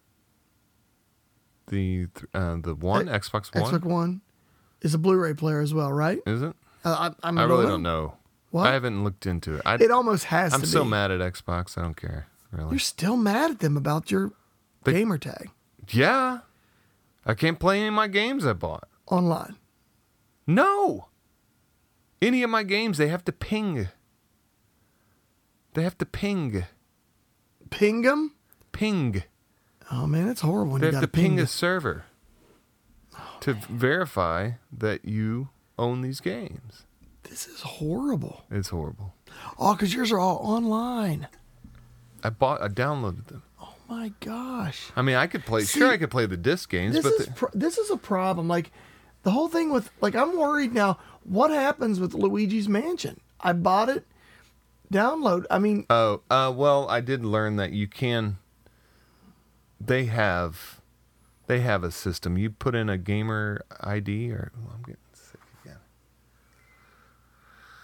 [SPEAKER 2] the th- uh, the one Xbox One
[SPEAKER 1] Xbox One is a Blu-ray player as well, right?
[SPEAKER 2] is it?
[SPEAKER 1] Uh, I, I'm
[SPEAKER 2] I really don't know.
[SPEAKER 1] What?
[SPEAKER 2] I haven't looked into it. I,
[SPEAKER 1] It almost has
[SPEAKER 2] I'm
[SPEAKER 1] to
[SPEAKER 2] so
[SPEAKER 1] be.
[SPEAKER 2] mad at Xbox. I don't care really.
[SPEAKER 1] You're still mad at them about your
[SPEAKER 2] They-
[SPEAKER 1] gamer tag
[SPEAKER 2] Yeah, I can't play any of my games I bought.
[SPEAKER 1] online.
[SPEAKER 2] No. Any of my games, they have to ping. They have to ping.
[SPEAKER 1] Ping 'em?
[SPEAKER 2] Ping.
[SPEAKER 1] Oh man, it's horrible when
[SPEAKER 2] They
[SPEAKER 1] you
[SPEAKER 2] have
[SPEAKER 1] got
[SPEAKER 2] to
[SPEAKER 1] to
[SPEAKER 2] ping
[SPEAKER 1] ping
[SPEAKER 2] a
[SPEAKER 1] us.
[SPEAKER 2] server to verify that you own these games.
[SPEAKER 1] This is horrible.
[SPEAKER 2] It's horrible.
[SPEAKER 1] Oh, because yours are all online.
[SPEAKER 2] I bought, I downloaded them.
[SPEAKER 1] Oh my gosh.
[SPEAKER 2] I mean, I could play, sure,
[SPEAKER 1] See,
[SPEAKER 2] I could play the disc games,
[SPEAKER 1] this
[SPEAKER 2] but
[SPEAKER 1] is
[SPEAKER 2] the,
[SPEAKER 1] pro- this is a problem. Like the whole thing with like I'm worried now. What happens with Luigi's Mansion? I bought it, download. I mean,
[SPEAKER 2] oh, uh, well, I did learn that you can. They have, they have a system. You put in a gamer ID, or oh, I'm getting sick again.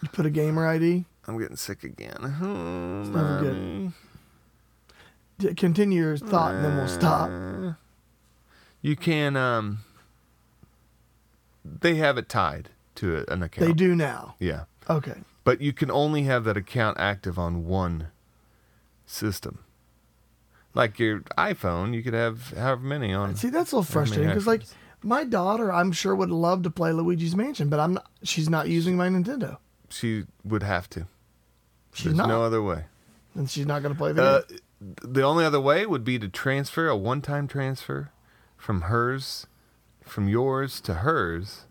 [SPEAKER 1] you put a gamer ID.
[SPEAKER 2] I'm getting sick again.
[SPEAKER 1] never good.
[SPEAKER 2] Mommy.
[SPEAKER 1] D- Continue your thought, and then we'll stop.
[SPEAKER 2] Uh, You can um they have it tied to a- an account.
[SPEAKER 1] They do now.
[SPEAKER 2] Yeah.
[SPEAKER 1] Okay.
[SPEAKER 2] But you can only have that account active on one system. Like your iPhone, you could have however many on.
[SPEAKER 1] See, that's a little
[SPEAKER 2] many
[SPEAKER 1] frustrating because like
[SPEAKER 2] actions?
[SPEAKER 1] my daughter, I'm sure would love to play Luigi's Mansion, but I'm not, she's not using my Nintendo.
[SPEAKER 2] She would have to.
[SPEAKER 1] She's
[SPEAKER 2] There's
[SPEAKER 1] not,
[SPEAKER 2] no other way.
[SPEAKER 1] and she's not going to play the
[SPEAKER 2] Uh,
[SPEAKER 1] game.
[SPEAKER 2] the only other way would be to transfer a one-time transfer from hers, from yours to hers.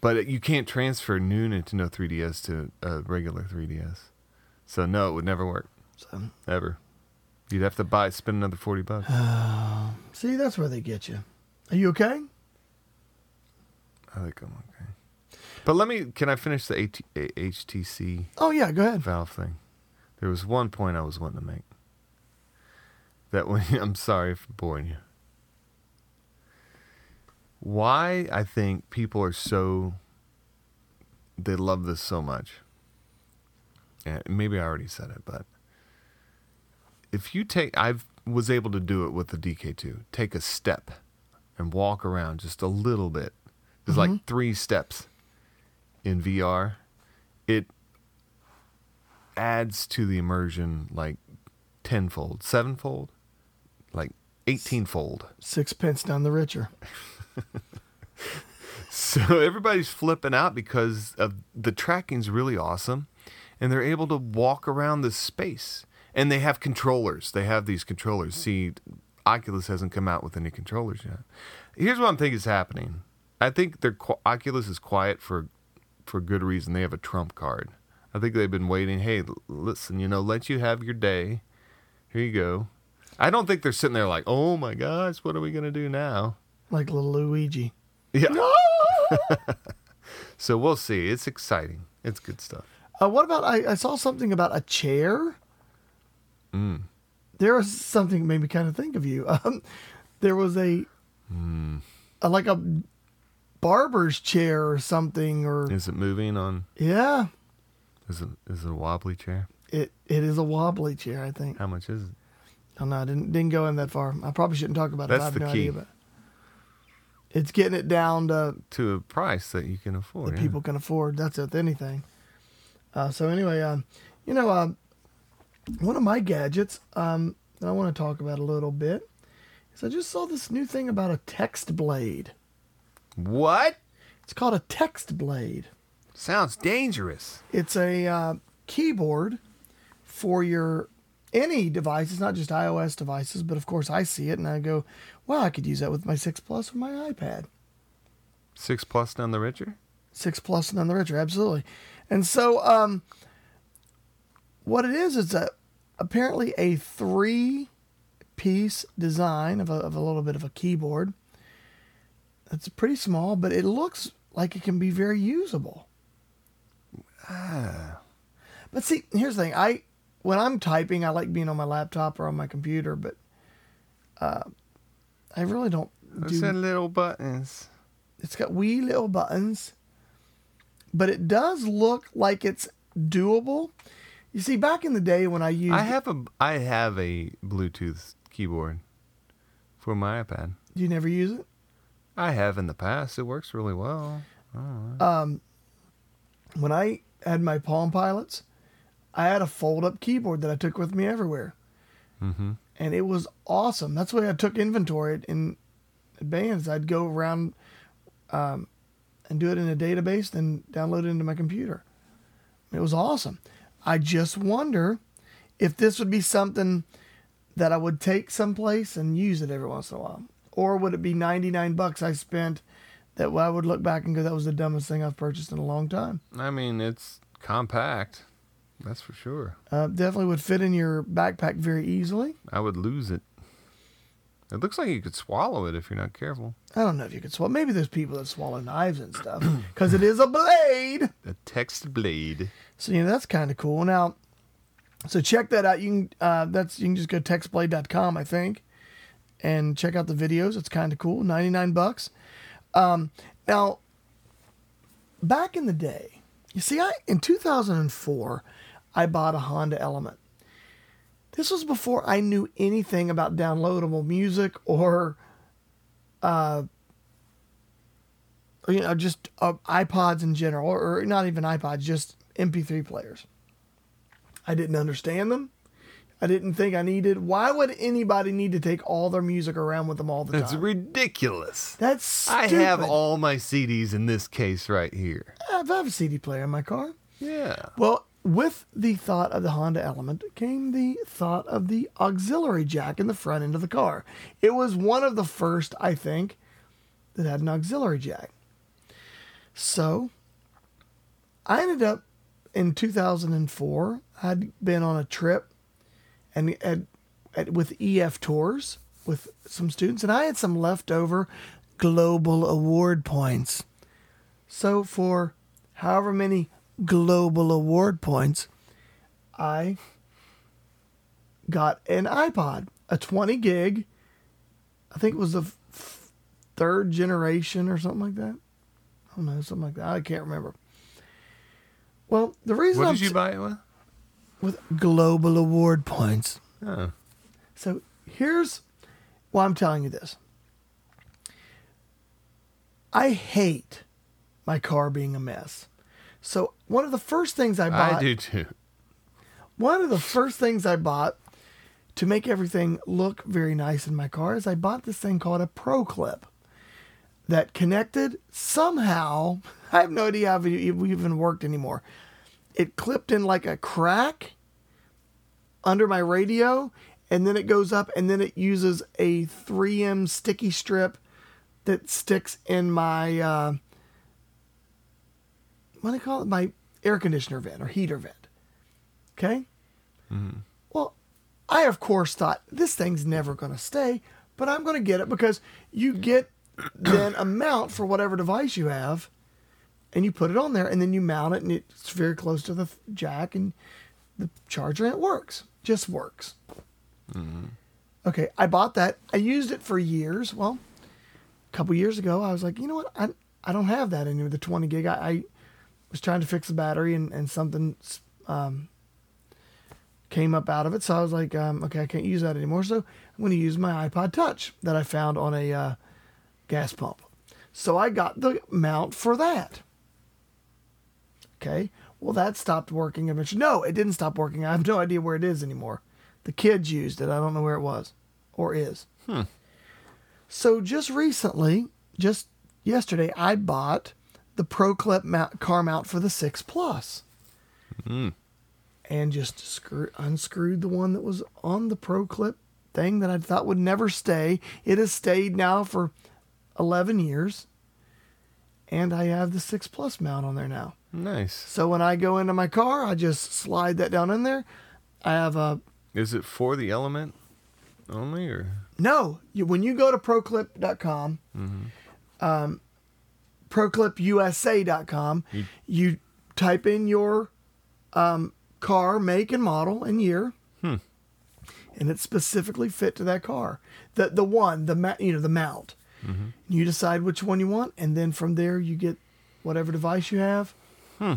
[SPEAKER 2] But it- you can't transfer new Nintendo 3DS to a regular 3DS, so no, it would never work
[SPEAKER 1] So,
[SPEAKER 2] ever. You'd have to buy, spend another forty bucks.
[SPEAKER 1] see, that's where they get you. Are you okay?
[SPEAKER 2] I think I'm okay. But let me. Can I finish the AT, A- HTC
[SPEAKER 1] Oh yeah, go ahead.
[SPEAKER 2] Valve thing? There was one point I was wanting to make. That when I'm sorry for boring you. Why I think people are so. They love this so much. And maybe I already said it, but if you take, I've was able to do it with the DK2. Take a step and walk around just a little bit. There's like three steps in VR. It adds to the immersion like tenfold, sevenfold, like eighteenfold.
[SPEAKER 1] Sixpence none the richer.
[SPEAKER 2] So everybody's flipping out because of the tracking's really awesome, and they're able to walk around this space. And they have controllers. They have these controllers. See, Oculus hasn't come out with any controllers yet. Here's what I'm thinking is happening. I think their qu- Oculus is quiet for for good reason. They have a trump card. I think they've been waiting. Hey, l- listen, you know, let you have your day. Here you go. I don't think they're sitting there like, oh my gosh, what are we gonna do now?
[SPEAKER 1] like little Luigi.
[SPEAKER 2] Yeah. so we'll see. It's exciting. It's good stuff.
[SPEAKER 1] Uh, what about I, I saw something about a chair.
[SPEAKER 2] Mm.
[SPEAKER 1] There was something that made me kind of think of you. Um, there was a,
[SPEAKER 2] Mm.
[SPEAKER 1] a- like a barber's chair or something, or
[SPEAKER 2] Is it moving on?
[SPEAKER 1] yeah,
[SPEAKER 2] Is it is it a wobbly chair?
[SPEAKER 1] it it is a wobbly chair. I think.
[SPEAKER 2] How much is it?
[SPEAKER 1] Oh no, I didn't didn't go in that far. I probably shouldn't talk about it.
[SPEAKER 2] That's
[SPEAKER 1] I have
[SPEAKER 2] the
[SPEAKER 1] no
[SPEAKER 2] key.
[SPEAKER 1] idea, but it's getting it down to
[SPEAKER 2] To a price that you can afford.
[SPEAKER 1] that
[SPEAKER 2] yeah.
[SPEAKER 1] people can afford. That's with anything. Uh, so anyway, um, you know, um, one of my gadgets um, that I want to talk about a little bit is I just saw this new thing about a text blade.
[SPEAKER 2] What?
[SPEAKER 1] It's called a text blade.
[SPEAKER 2] Sounds dangerous.
[SPEAKER 1] It's a uh, keyboard for your any device. It's not just iOS devices, but of course I see it and I go, "Wow, I could use that with my six plus or my iPad."
[SPEAKER 2] Six plus none the richer.
[SPEAKER 1] six plus none the richer absolutely and so um what it is is a apparently a three piece design of a, of a little bit of a keyboard it's pretty small but it looks like it can be very usable
[SPEAKER 2] Ah,
[SPEAKER 1] but see here's the thing i when i'm typing i like being on my laptop or on my computer but uh i really don't do
[SPEAKER 2] It's in little buttons.
[SPEAKER 1] it's got wee little buttons, but it does look like it's doable. You see, back in the day when I used,
[SPEAKER 2] I have a I have a Bluetooth keyboard for my iPad.
[SPEAKER 1] you never use it.
[SPEAKER 2] I have in the past. It works really well.
[SPEAKER 1] When I had my Palm Pilots, I had a fold-up keyboard that I took with me everywhere,
[SPEAKER 2] Mm-hmm.
[SPEAKER 1] and it was awesome. That's why I took inventory in bands. I'd go around um, and do it in a database, then download it into my computer. It was awesome. I just wonder if this would be something that I would take someplace and use it every once in a while, or would it be ninety nine bucks I spent that I would look back and go, "That was the dumbest thing I've purchased in a long time."
[SPEAKER 2] I mean, it's compact. That's for sure.
[SPEAKER 1] Uh, definitely would fit in your backpack very easily.
[SPEAKER 2] I would lose it. It looks like you could swallow it if you're not careful.
[SPEAKER 1] I don't know if you could swallow. Maybe there's people that swallow knives and stuff because it is a blade.
[SPEAKER 2] A text blade.
[SPEAKER 1] So you know that's kind of cool. Now, so check that out. You can uh, that's you can just go textblade.com, I think, and check out the videos. It's kind of cool. Ninety nine bucks. Um, now, back in the day, you see, I in two thousand and four, I bought a Honda Element. This was before I knew anything about downloadable music or, uh, you know, just uh, iPods in general, or, or not even iPods, just MP3 players. I didn't understand them. I didn't think I needed. Why would anybody need to take all their music around with them all the
[SPEAKER 2] That's
[SPEAKER 1] time?
[SPEAKER 2] ridiculous.
[SPEAKER 1] That's
[SPEAKER 2] I
[SPEAKER 1] stupid.
[SPEAKER 2] have all my CDs in this case right here.
[SPEAKER 1] I have a CD player in my car.
[SPEAKER 2] Yeah.
[SPEAKER 1] Well, with the thought of the Honda Element came the thought of the auxiliary jack in the front end of the car. It was one of the first, I think, that had an auxiliary jack. So I ended up in 2004, I'd been on a trip and at, at, with EF tours with some students, and I had some leftover global award points. So for however many global award points, I got an iPod, a 20 gig. I think it was the f- third generation or something like that. I don't know, something like that. I can't remember. Well, the reason
[SPEAKER 2] What
[SPEAKER 1] I'm
[SPEAKER 2] did you
[SPEAKER 1] s-
[SPEAKER 2] buy it with?
[SPEAKER 1] with global award points.
[SPEAKER 2] Oh.
[SPEAKER 1] So here's why I'm telling you this. I hate my car being a mess. So one of the first things I bought,
[SPEAKER 2] I do too.
[SPEAKER 1] one of the first things I bought to make everything look very nice in my car is I bought this thing called a Pro Clip that connected somehow. I have no idea how it even worked anymore. It clipped in like a crack under my radio, and then it goes up, and then it uses a 3M sticky strip that sticks in my uh, what do you call it? My air conditioner vent or heater vent. Okay. Well, I of course thought this thing's never going to stay, but I'm going to get it because you get then a mount for whatever device you have, and you put it on there, and then you mount it, and it's very close to the f- jack and the charger, and it works. Just works. Okay, I bought that. I used it for years. Well, a couple years ago, I was like, you know what? I I don't have that anymore. The 20 gig. I, I was trying to fix the battery, and and something s- came up out of it. So I was like, um, okay, I can't use that anymore. So I'm going to use my iPod Touch that I found on a uh, gas pump. So I got the mount for that. Okay. Well, that stopped working eventually. No, it didn't stop working. I have no idea where it is anymore. The kids used it. I don't know where it was or is. So just recently, just yesterday, I bought the ProClip mount, car mount for the 6 Plus and just screw, unscrewed the one that was on the pro clip thing that I thought would never stay. It has stayed now for 11 years. And I have the 6 Plus mount on there now.
[SPEAKER 2] Nice.
[SPEAKER 1] So when I go into my car, I just slide that down in there. I have a
[SPEAKER 2] Is it for the element only, or
[SPEAKER 1] No, you, when you go to proclip.com, um,
[SPEAKER 2] Mm-hmm.
[SPEAKER 1] proclipusa.com,
[SPEAKER 2] You-
[SPEAKER 1] you type in your um, car make and model and year,
[SPEAKER 2] Hmm.
[SPEAKER 1] and it's specifically fit to that car. The the one the ma- you know the mount.
[SPEAKER 2] Mm-hmm.
[SPEAKER 1] You decide which one you want, and then from there you get whatever device you have.
[SPEAKER 2] Hmm.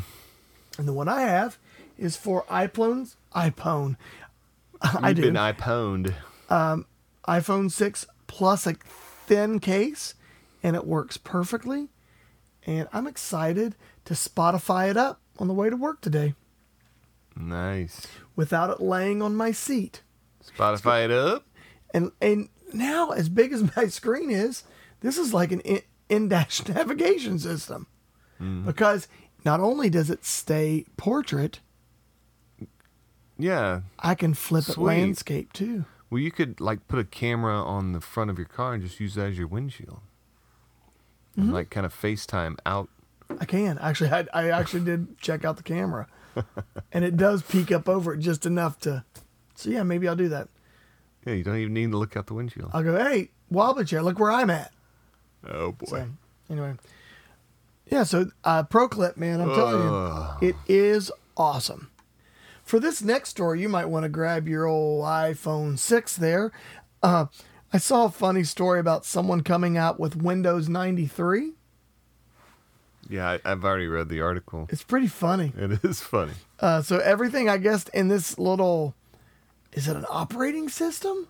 [SPEAKER 1] And the one I have is for iPhones. iPhone.
[SPEAKER 2] you've
[SPEAKER 1] I do
[SPEAKER 2] been iPoned?
[SPEAKER 1] iPhone 6 plus a thin case, and it works perfectly. And I'm excited to Spotify it up on the way to work today
[SPEAKER 2] Nice.
[SPEAKER 1] without it laying on my seat.
[SPEAKER 2] Spotify it up.
[SPEAKER 1] And and now, as big as my screen is, this is like an in- in-dash navigation system because not only does it stay portrait,
[SPEAKER 2] Yeah.
[SPEAKER 1] I can flip it
[SPEAKER 2] Sweet.
[SPEAKER 1] landscape too.
[SPEAKER 2] Well, you could like put a camera on the front of your car and just use that as your windshield, and
[SPEAKER 1] Mm-hmm.
[SPEAKER 2] like kind of FaceTime out.
[SPEAKER 1] I can actually. I, I actually did check out the camera, and it does peek up over it just enough to. So yeah, maybe I'll do that.
[SPEAKER 2] Yeah, you don't even need to look out the windshield.
[SPEAKER 1] I'll go. Hey, wobble chair, look where I'm at.
[SPEAKER 2] Oh boy.
[SPEAKER 1] So anyway, yeah. So uh, ProClip, man, I'm telling you, it is awesome. For this next story, you might want to grab your old iPhone six. There, uh, I saw a funny story about someone coming out with Windows 93.
[SPEAKER 2] Yeah, I, I've already read the article.
[SPEAKER 1] It's pretty funny.
[SPEAKER 2] It is funny.
[SPEAKER 1] Uh, so everything, I guess, in this little is it an operating system?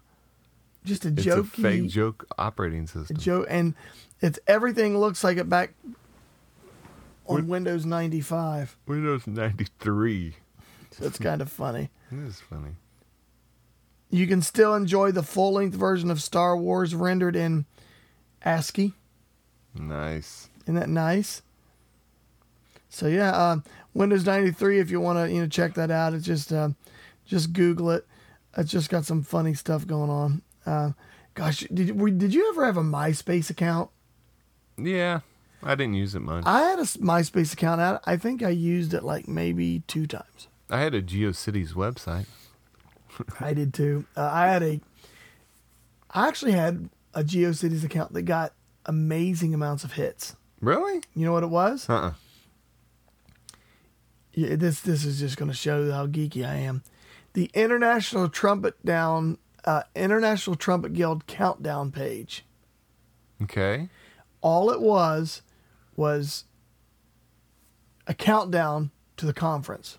[SPEAKER 1] Just a
[SPEAKER 2] It's
[SPEAKER 1] jokey
[SPEAKER 2] a fake joke operating system.
[SPEAKER 1] joke, and it's everything looks like it back on Windows ninety five.
[SPEAKER 2] Windows ninety three.
[SPEAKER 1] So
[SPEAKER 2] Hmm.
[SPEAKER 1] it's kind of funny.
[SPEAKER 2] It is funny.
[SPEAKER 1] You can still enjoy the full length version of Star Wars rendered in ASCII.
[SPEAKER 2] Nice.
[SPEAKER 1] Isn't that nice? So yeah, uh, Windows ninety three. If you want to, you know, check that out. It's just, uh, just Google it. It's just got some funny stuff going on. Uh, gosh, did we, did you ever have a MySpace account?
[SPEAKER 2] Yeah, I didn't use it much.
[SPEAKER 1] I had a s- MySpace account. I, I think I used it like maybe two times.
[SPEAKER 2] I had a GeoCities website.
[SPEAKER 1] I did too. Uh, I had a. I actually had a GeoCities account that got amazing amounts of hits.
[SPEAKER 2] Really?
[SPEAKER 1] You know what it was?
[SPEAKER 2] Uh. uh
[SPEAKER 1] yeah, this this is just going to show how geeky I am. The International Trumpet Down uh, International Trumpet Guild countdown page.
[SPEAKER 2] Okay.
[SPEAKER 1] All it was was a countdown to the conference.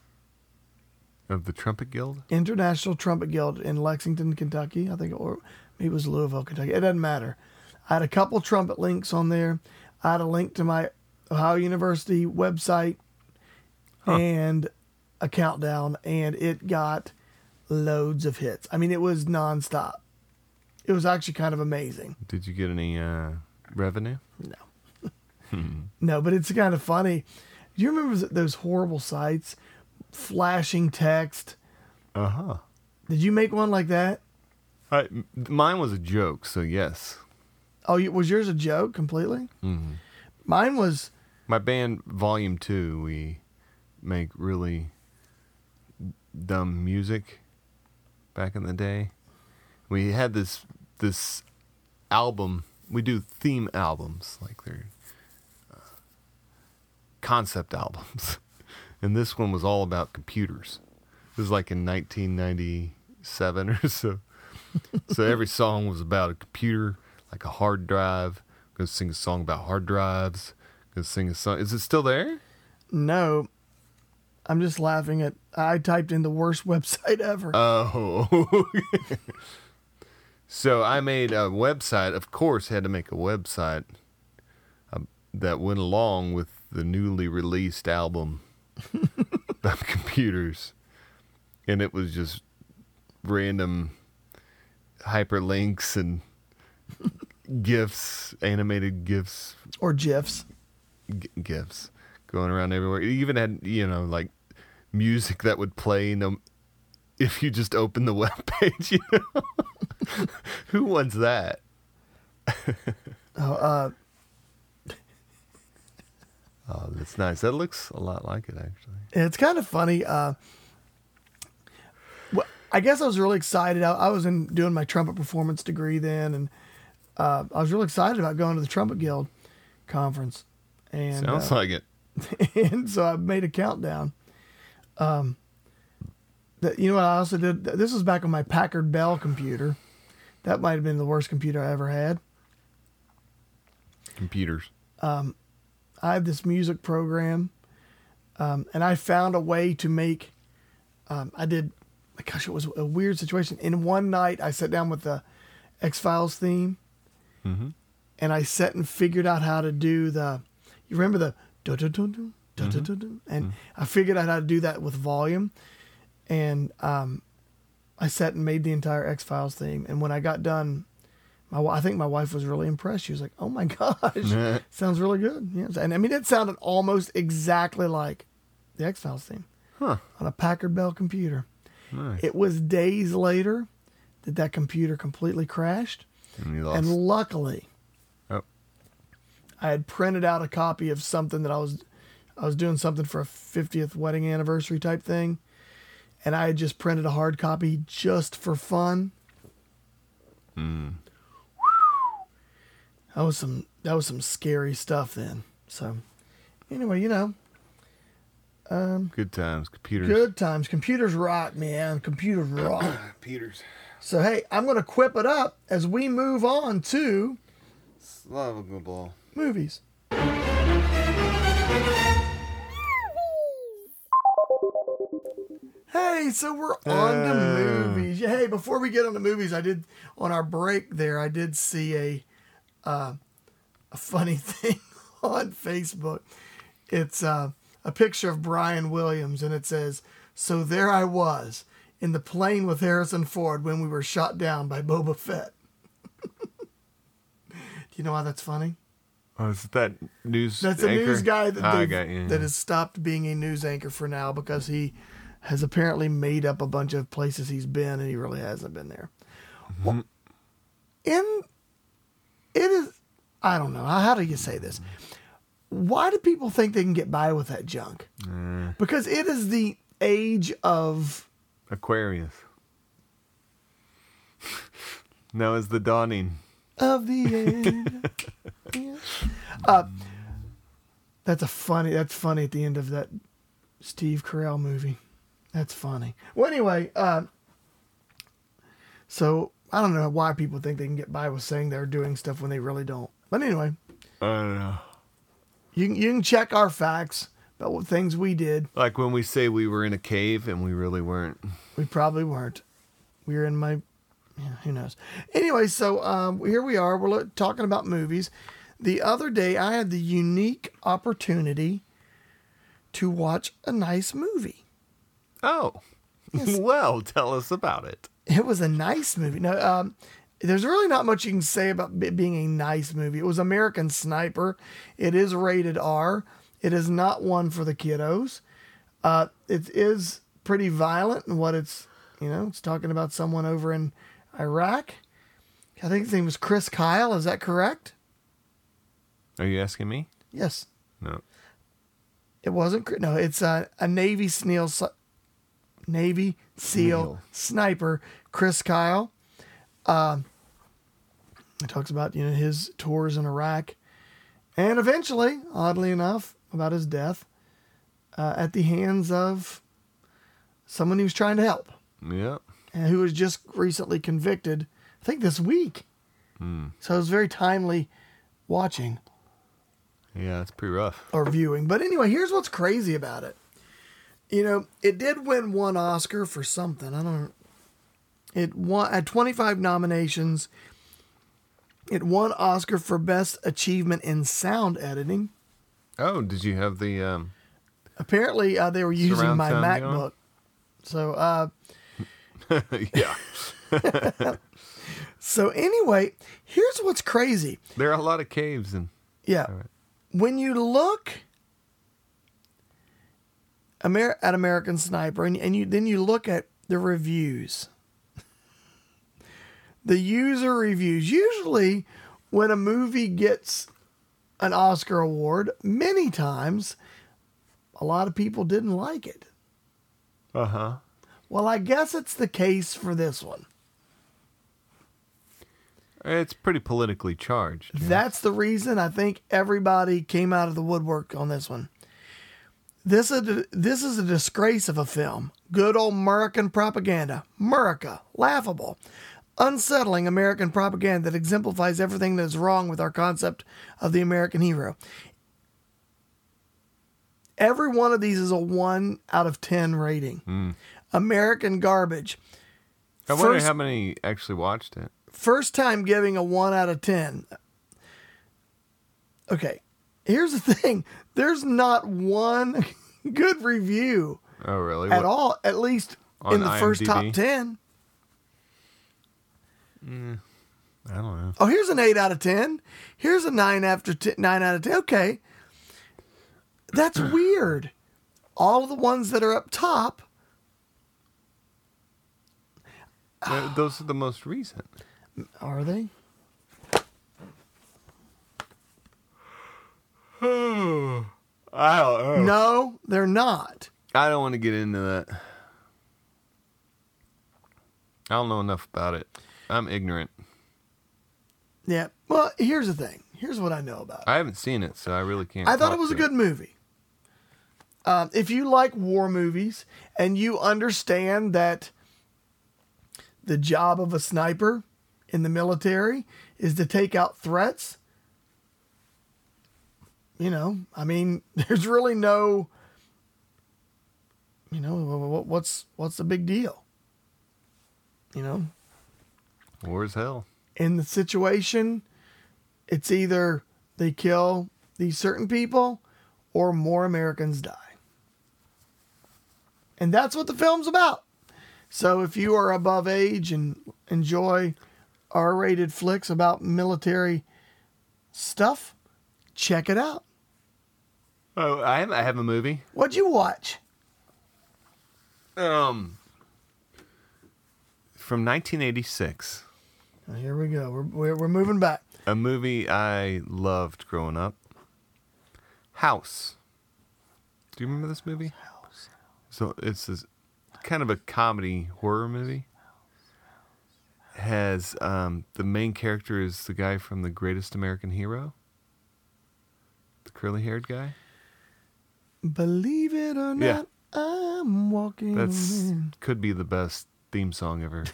[SPEAKER 2] Of the Trumpet Guild.
[SPEAKER 1] International Trumpet Guild in Lexington, Kentucky. I think, or maybe it was Louisville, Kentucky. It doesn't matter. I had a couple trumpet links on there. I had a link to my Ohio University website and a countdown, and it got loads of hits. I mean, it was nonstop. It was actually kind of amazing.
[SPEAKER 2] Did you get any uh, revenue?
[SPEAKER 1] No. no, but it's kind of funny. Do you remember th- those horrible sites? Flashing text.
[SPEAKER 2] Uh
[SPEAKER 1] Uh-huh.
[SPEAKER 2] huh.
[SPEAKER 1] Did you make one like that?
[SPEAKER 2] I, mine was a joke, so yes.
[SPEAKER 1] Oh, you- was yours a joke completely? Mine was
[SPEAKER 2] My band Volume Two, we make really dumb music. Back in the day, we had this this album. We do theme albums, like they're uh, concept albums, and this one was all about computers. It was like in 1997 or so. so every song was about a computer, like a hard drive. gonna sing a song about hard drives. Gonna sing a song. Is it still there?
[SPEAKER 1] no. I'm just laughing at. I typed in the worst website
[SPEAKER 2] Uh.
[SPEAKER 1] ever.
[SPEAKER 2] Oh. so I made a website. Of course, had to make a website uh, that went along with the newly released album about computers, and it was just random hyperlinks and gifs, animated gifs
[SPEAKER 1] or GIFs.
[SPEAKER 2] g- gifts going around everywhere. It even had you know like music that would play no, if you just open the web page. You know? Who wants that?
[SPEAKER 1] uh,
[SPEAKER 2] oh, uh... oh, that's nice. That looks a lot like it, actually.
[SPEAKER 1] It's kind of funny. Uh, well, I guess I was really excited. I, I was in doing my trumpet performance degree then, and uh, I was really excited about going to the Trumpet Guild conference. And
[SPEAKER 2] Sounds
[SPEAKER 1] uh,
[SPEAKER 2] like it.
[SPEAKER 1] and so I made a countdown. Um, that you know what I also did. This was back on my Packard Bell computer. That might have been the worst computer I ever had.
[SPEAKER 2] Computers.
[SPEAKER 1] I have this music program, um, and I found a way to make. Um, I did, gosh, it was a weird situation. In one night, I sat down with the X Files theme, and I sat and figured out how to do the. You remember the do do do do do do do do, and I figured out how to do that with volume, and um, I sat and made the entire X Files theme. And when I got done, my wi- I think my wife was really impressed. She was like, "Oh my gosh, sounds really good." Yeah, and I mean, it sounded almost exactly like the X Files theme
[SPEAKER 2] Huh.
[SPEAKER 1] on a Packard Bell computer.
[SPEAKER 2] Nice.
[SPEAKER 1] It was days later that that computer completely crashed,
[SPEAKER 2] And you lost.
[SPEAKER 1] and luckily,
[SPEAKER 2] oh.
[SPEAKER 1] I had printed out a copy of something that I was I was doing something for a 50th wedding anniversary type thing and I had just printed a hard copy just for fun. That was some that was some scary stuff then. So anyway, you know,
[SPEAKER 2] Good times. Computers.
[SPEAKER 1] good times. Computers rock, man. Computers rock.
[SPEAKER 2] Computers.
[SPEAKER 1] so hey, I'm going to quip it up as we move on to
[SPEAKER 2] Love a good ball.
[SPEAKER 1] movies. Hey, so we're on to
[SPEAKER 2] Uh.
[SPEAKER 1] movies. Yeah, Hey, before we get on to movies, I did on our break there. I did see a uh, a funny thing on Facebook. It's uh, a picture of Brian Williams, and it says, "So there I was in the plane with Harrison Ford when we were shot down by Boba Fett." Do you know why that's funny?
[SPEAKER 2] Oh, is it that news?
[SPEAKER 1] That's a
[SPEAKER 2] anchor?
[SPEAKER 1] news guy that,
[SPEAKER 2] Ah, I
[SPEAKER 1] they've-
[SPEAKER 2] got you.
[SPEAKER 1] that has stopped being a news anchor for now because he has apparently made up a bunch of places he's been and he really hasn't been there.
[SPEAKER 2] Mm-hmm.
[SPEAKER 1] Well, in it is, I don't know. How do you say this? Why do people think they can get by with that junk?
[SPEAKER 2] Eh.
[SPEAKER 1] Because it is the age of
[SPEAKER 2] Aquarius. now is the dawning.
[SPEAKER 1] of the end. Yeah. uh, that's a funny. That's funny at the end of that Steve Carell movie. That's funny. Well, anyway, uh, so I don't know why people think they can get by with saying they're doing stuff when they really don't. But anyway,
[SPEAKER 2] I don't know.
[SPEAKER 1] you can, you can check our facts about what things we did.
[SPEAKER 2] Like when we say we were in a cave and we really weren't.
[SPEAKER 1] We probably weren't. We were in my, yeah, who knows. Anyway, so um, here we are. We're lo- talking about movies. The other day, I had the unique opportunity to watch a nice movie.
[SPEAKER 2] Oh. well, tell us about it.
[SPEAKER 1] It was a nice movie. No, um, there's really not much you can say about it being a nice movie. It was American Sniper. It is rated R. It is not one for the kiddos. Uh, it is pretty violent in what it's, you know, it's talking about someone over in Iraq. I think his name was Chris Kyle. Is that correct?
[SPEAKER 2] Are you asking me?
[SPEAKER 1] Yes.
[SPEAKER 2] No.
[SPEAKER 1] It wasn't. cr- No, it's a, a Navy SEAL, s- Navy SEAL
[SPEAKER 2] Seal.
[SPEAKER 1] sniper, Chris Kyle. Um, it talks about you know his tours in Iraq, and eventually, oddly enough, about his death uh, at the hands of someone he was trying to help,
[SPEAKER 2] Yep.
[SPEAKER 1] and who was just recently convicted. I think this week. So it was very timely watching
[SPEAKER 2] Yeah, it's pretty rough.
[SPEAKER 1] or viewing. But anyway, here's what's crazy about it. You know, it did win one Oscar for something. I don't. It won at 25 nominations. It won Oscar for Best Achievement in Sound Editing.
[SPEAKER 2] Oh, did you have the um
[SPEAKER 1] Apparently, uh, they were using
[SPEAKER 2] Surround
[SPEAKER 1] my
[SPEAKER 2] sound, you know?
[SPEAKER 1] MacBook. So, uh,
[SPEAKER 2] Yeah.
[SPEAKER 1] so anyway, here's what's crazy.
[SPEAKER 2] there are a lot of caves and
[SPEAKER 1] Yeah. When you look Amer- at American Sniper, and, and you then you look at the reviews, the user reviews. Usually, when a movie gets an Oscar award, many times, a lot of people didn't like it.
[SPEAKER 2] Uh huh.
[SPEAKER 1] Well, I guess it's the case for this one.
[SPEAKER 2] It's pretty politically charged.
[SPEAKER 1] That's the reason I think everybody came out of the woodwork on this one. This is a, this is a disgrace of a film. Good old American propaganda. America. Laughable. Unsettling American propaganda that exemplifies everything that is wrong with our concept of the American hero. Every one of these is a 1 out of 10 rating. American garbage.
[SPEAKER 2] I wonder
[SPEAKER 1] First-
[SPEAKER 2] how many actually watched it.
[SPEAKER 1] First time giving a 1 out of 10. Okay. Here's the thing. There's not one good review
[SPEAKER 2] Oh, really?
[SPEAKER 1] at
[SPEAKER 2] What-
[SPEAKER 1] all, at least
[SPEAKER 2] On
[SPEAKER 1] in the first top
[SPEAKER 2] IMDb?
[SPEAKER 1] 10.
[SPEAKER 2] I don't know.
[SPEAKER 1] Oh, here's an 8 out of 10. Here's a 9 after 10, 9 out of 10. Okay. That's weird. All the ones that are up top,
[SPEAKER 2] Th- Those are the most recent.
[SPEAKER 1] are they?
[SPEAKER 2] I don't.
[SPEAKER 1] No, they're not.
[SPEAKER 2] I don't want to get into that. I don't know enough about it. I'm ignorant.
[SPEAKER 1] Yeah. Well, here's the thing. Here's what I know about it.
[SPEAKER 2] I haven't seen it, so I really can't.
[SPEAKER 1] I thought
[SPEAKER 2] talk
[SPEAKER 1] it was a
[SPEAKER 2] to
[SPEAKER 1] good movie. Um, if you like war movies and you understand that the job of a sniper in the military is to take out threats, you know, I mean, there's really no, you know, wh- wh- what's what's the big deal? You know,
[SPEAKER 2] War as hell.
[SPEAKER 1] in the situation, it's either they kill these certain people or more Americans die. And that's what the film's about. So if you are above age and enjoy R rated flicks about military stuff, check it out.
[SPEAKER 2] Oh, I have, I have a movie.
[SPEAKER 1] What'd you watch?
[SPEAKER 2] Um, from 1986,
[SPEAKER 1] Now, Here we go. We're, we're, we're moving back.
[SPEAKER 2] a movie I loved growing up. House. Do you remember this movie? House. So it's this kind of a comedy horror movie. Has um, the main character is the guy from The Greatest American Hero, the curly-haired guy.
[SPEAKER 1] Believe it or
[SPEAKER 2] Yeah.
[SPEAKER 1] not, I'm walking.
[SPEAKER 2] That's
[SPEAKER 1] in.
[SPEAKER 2] could be the best theme song ever.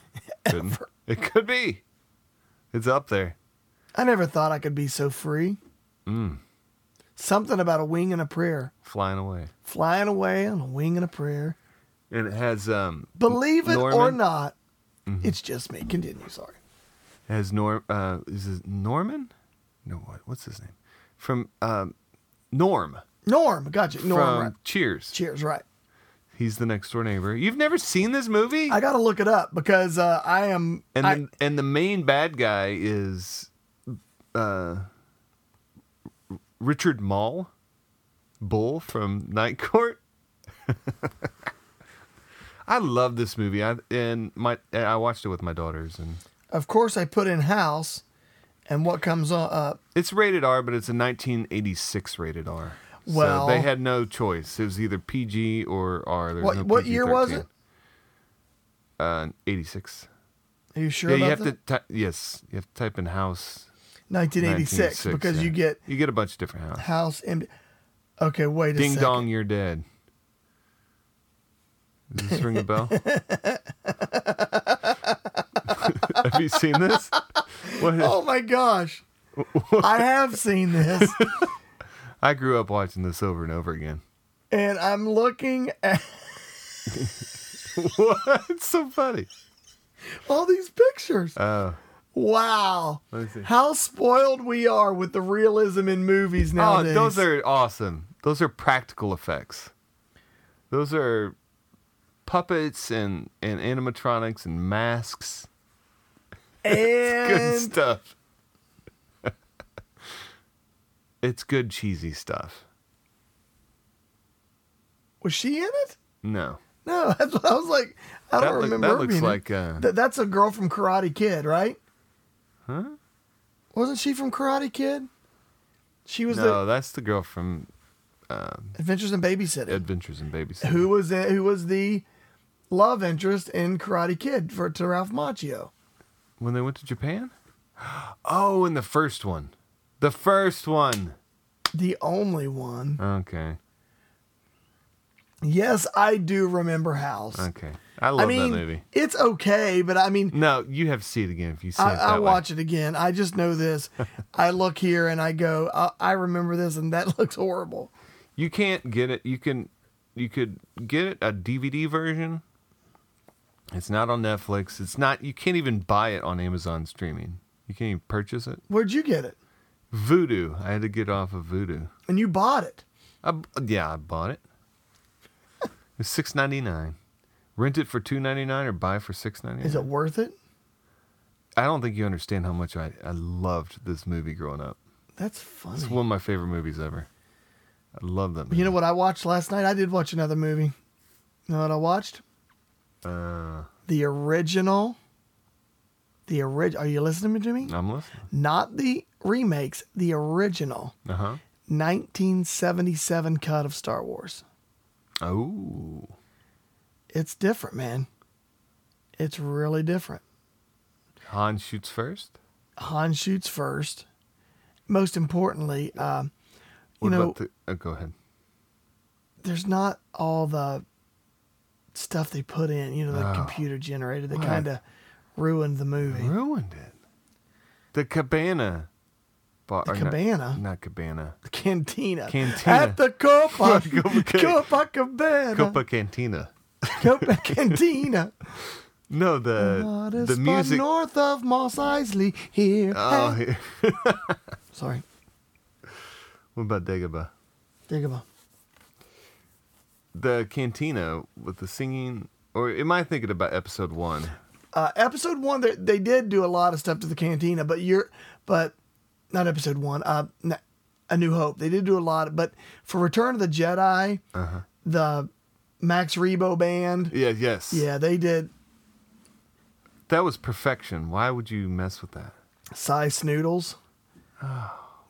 [SPEAKER 2] Couldn't- It could be. It's up there.
[SPEAKER 1] I never thought I could be so free.
[SPEAKER 2] Mm.
[SPEAKER 1] Something about a wing and a prayer.
[SPEAKER 2] Flying away.
[SPEAKER 1] Flying away on a wing and a prayer.
[SPEAKER 2] And it has um
[SPEAKER 1] Believe it or
[SPEAKER 2] Norman? Mm-hmm.
[SPEAKER 1] not, it's just me. Continue, sorry.
[SPEAKER 2] it has Norm uh is it Norman? No what what's his name? From um Norm.
[SPEAKER 1] Norm, gotcha. Norm,
[SPEAKER 2] from
[SPEAKER 1] right.
[SPEAKER 2] Cheers.
[SPEAKER 1] Cheers, right.
[SPEAKER 2] He's the next door neighbor. You've never seen this movie?
[SPEAKER 1] I got to look it up because uh, I am.
[SPEAKER 2] and
[SPEAKER 1] I-
[SPEAKER 2] the, and the main bad guy is uh Richard Mall Bull from Night Court. I love this movie. I and my and I watched it with my daughters and
[SPEAKER 1] of course, I put in house, and what comes on uh, up?
[SPEAKER 2] it's rated R, but it's a 1986 rated R.
[SPEAKER 1] Well-
[SPEAKER 2] so they had no choice. It was either PG or R. There's
[SPEAKER 1] What-
[SPEAKER 2] no
[SPEAKER 1] what year was
[SPEAKER 2] PG-13. Uh, 86.
[SPEAKER 1] Are you sure
[SPEAKER 2] Yeah,
[SPEAKER 1] about
[SPEAKER 2] you have
[SPEAKER 1] that?
[SPEAKER 2] to. Ty- yes, you have to type in house
[SPEAKER 1] 1986,
[SPEAKER 2] 1986,
[SPEAKER 1] because
[SPEAKER 2] yeah.
[SPEAKER 1] you get
[SPEAKER 2] you get a bunch of different houses.
[SPEAKER 1] house. And, okay, wait a
[SPEAKER 2] Ding
[SPEAKER 1] second.
[SPEAKER 2] dong, you're dead. Does this ring a bell? Have you seen this? What is-
[SPEAKER 1] Oh my gosh. I have seen this.
[SPEAKER 2] I grew up watching this over and over again.
[SPEAKER 1] and I'm looking at
[SPEAKER 2] What? It's so funny.
[SPEAKER 1] all these pictures.
[SPEAKER 2] Oh,
[SPEAKER 1] Wow.
[SPEAKER 2] let me see.
[SPEAKER 1] How spoiled we are with the realism in movies
[SPEAKER 2] Oh,
[SPEAKER 1] nowadays.
[SPEAKER 2] those are awesome. Those are practical effects. Those are puppets and, and animatronics and masks. Good
[SPEAKER 1] and
[SPEAKER 2] stuff. it's good cheesy stuff.
[SPEAKER 1] Was she in it?
[SPEAKER 2] No.
[SPEAKER 1] No, that's what I was like. I
[SPEAKER 2] That
[SPEAKER 1] don't
[SPEAKER 2] look-
[SPEAKER 1] remember.
[SPEAKER 2] that
[SPEAKER 1] her
[SPEAKER 2] looks
[SPEAKER 1] being in-
[SPEAKER 2] like, uh,
[SPEAKER 1] Th- that's a girl from Karate Kid, right?
[SPEAKER 2] Huh?
[SPEAKER 1] Wasn't she from Karate Kid? She was
[SPEAKER 2] No, that's the girl from
[SPEAKER 1] the Adventures in Babysitting.
[SPEAKER 2] Adventures in Babysitting.
[SPEAKER 1] who was the, who was the love interest in Karate Kid for to Ralph Macchio?
[SPEAKER 2] When they went to Japan? Oh, in the first one. The first one.
[SPEAKER 1] The only one.
[SPEAKER 2] Okay.
[SPEAKER 1] Yes, I do remember House.
[SPEAKER 2] Okay. I love
[SPEAKER 1] I mean,
[SPEAKER 2] that movie.
[SPEAKER 1] it's okay, but I mean,
[SPEAKER 2] No, you have to see it again if you see
[SPEAKER 1] I,
[SPEAKER 2] it that
[SPEAKER 1] I
[SPEAKER 2] way.
[SPEAKER 1] watch it again. I just know this. I look here and I go, I, I remember this, and that looks horrible.
[SPEAKER 2] You can't get it. You can, you could get it a DVD version. It's not on Netflix. It's not. You can't even buy it on Amazon streaming. You can't even purchase it.
[SPEAKER 1] Where'd you get it?
[SPEAKER 2] Voodoo. I had to get off of Voodoo.
[SPEAKER 1] And you bought it.
[SPEAKER 2] I b yeah, I bought it. It's six ninety nine. Rent it for two ninety nine or buy for six ninety
[SPEAKER 1] Is it
[SPEAKER 2] nine.
[SPEAKER 1] worth it?
[SPEAKER 2] I don't think you understand how much I, I loved this movie growing up.
[SPEAKER 1] That's funny.
[SPEAKER 2] It's one of my favorite movies ever. I love that movie.
[SPEAKER 1] Mm. You know what I watched last night? I did watch another movie. You know what I watched?
[SPEAKER 2] Uh,
[SPEAKER 1] The original. The original. Are you listening to me?
[SPEAKER 2] I'm listening.
[SPEAKER 1] Not the remakes, the original
[SPEAKER 2] Uh huh.
[SPEAKER 1] 1977 cut of Star Wars.
[SPEAKER 2] Oh.
[SPEAKER 1] It's different, man. It's really different.
[SPEAKER 2] Han shoots first.
[SPEAKER 1] Han shoots first. Most importantly, uh, you
[SPEAKER 2] What
[SPEAKER 1] know,
[SPEAKER 2] about the? Oh, go ahead.
[SPEAKER 1] there's not all the stuff they put in, you know, the
[SPEAKER 2] Oh.
[SPEAKER 1] computer generated that
[SPEAKER 2] What?
[SPEAKER 1] kind of ruined the movie.
[SPEAKER 2] Ruined it. The cabana. Bar,
[SPEAKER 1] The
[SPEAKER 2] or not-
[SPEAKER 1] cabana?
[SPEAKER 2] Not, cabana.
[SPEAKER 1] The cantina.
[SPEAKER 2] Cantina.
[SPEAKER 1] At the Copa.
[SPEAKER 2] Copacabana.
[SPEAKER 1] Copacabana.
[SPEAKER 2] Copa Cantina.
[SPEAKER 1] Copa Cantina.
[SPEAKER 2] No, the
[SPEAKER 1] What a
[SPEAKER 2] Uh, the
[SPEAKER 1] spot
[SPEAKER 2] music.
[SPEAKER 1] north of Moss Isley here.
[SPEAKER 2] Oh,
[SPEAKER 1] Hey.
[SPEAKER 2] here.
[SPEAKER 1] Sorry.
[SPEAKER 2] what about Dagobah?
[SPEAKER 1] Dig him up.
[SPEAKER 2] The cantina with the singing, or am I thinking about episode one?
[SPEAKER 1] Uh, episode one, they, they did do a lot of stuff to the cantina, but you're, but not episode one. Uh, n- A New Hope. They did do a lot, but for Return of the Jedi,
[SPEAKER 2] Uh-huh.
[SPEAKER 1] the Max Rebo band,
[SPEAKER 2] Yeah, yes.
[SPEAKER 1] yeah, they did.
[SPEAKER 2] That was perfection. Why would you mess with that?
[SPEAKER 1] Cy Snoodles,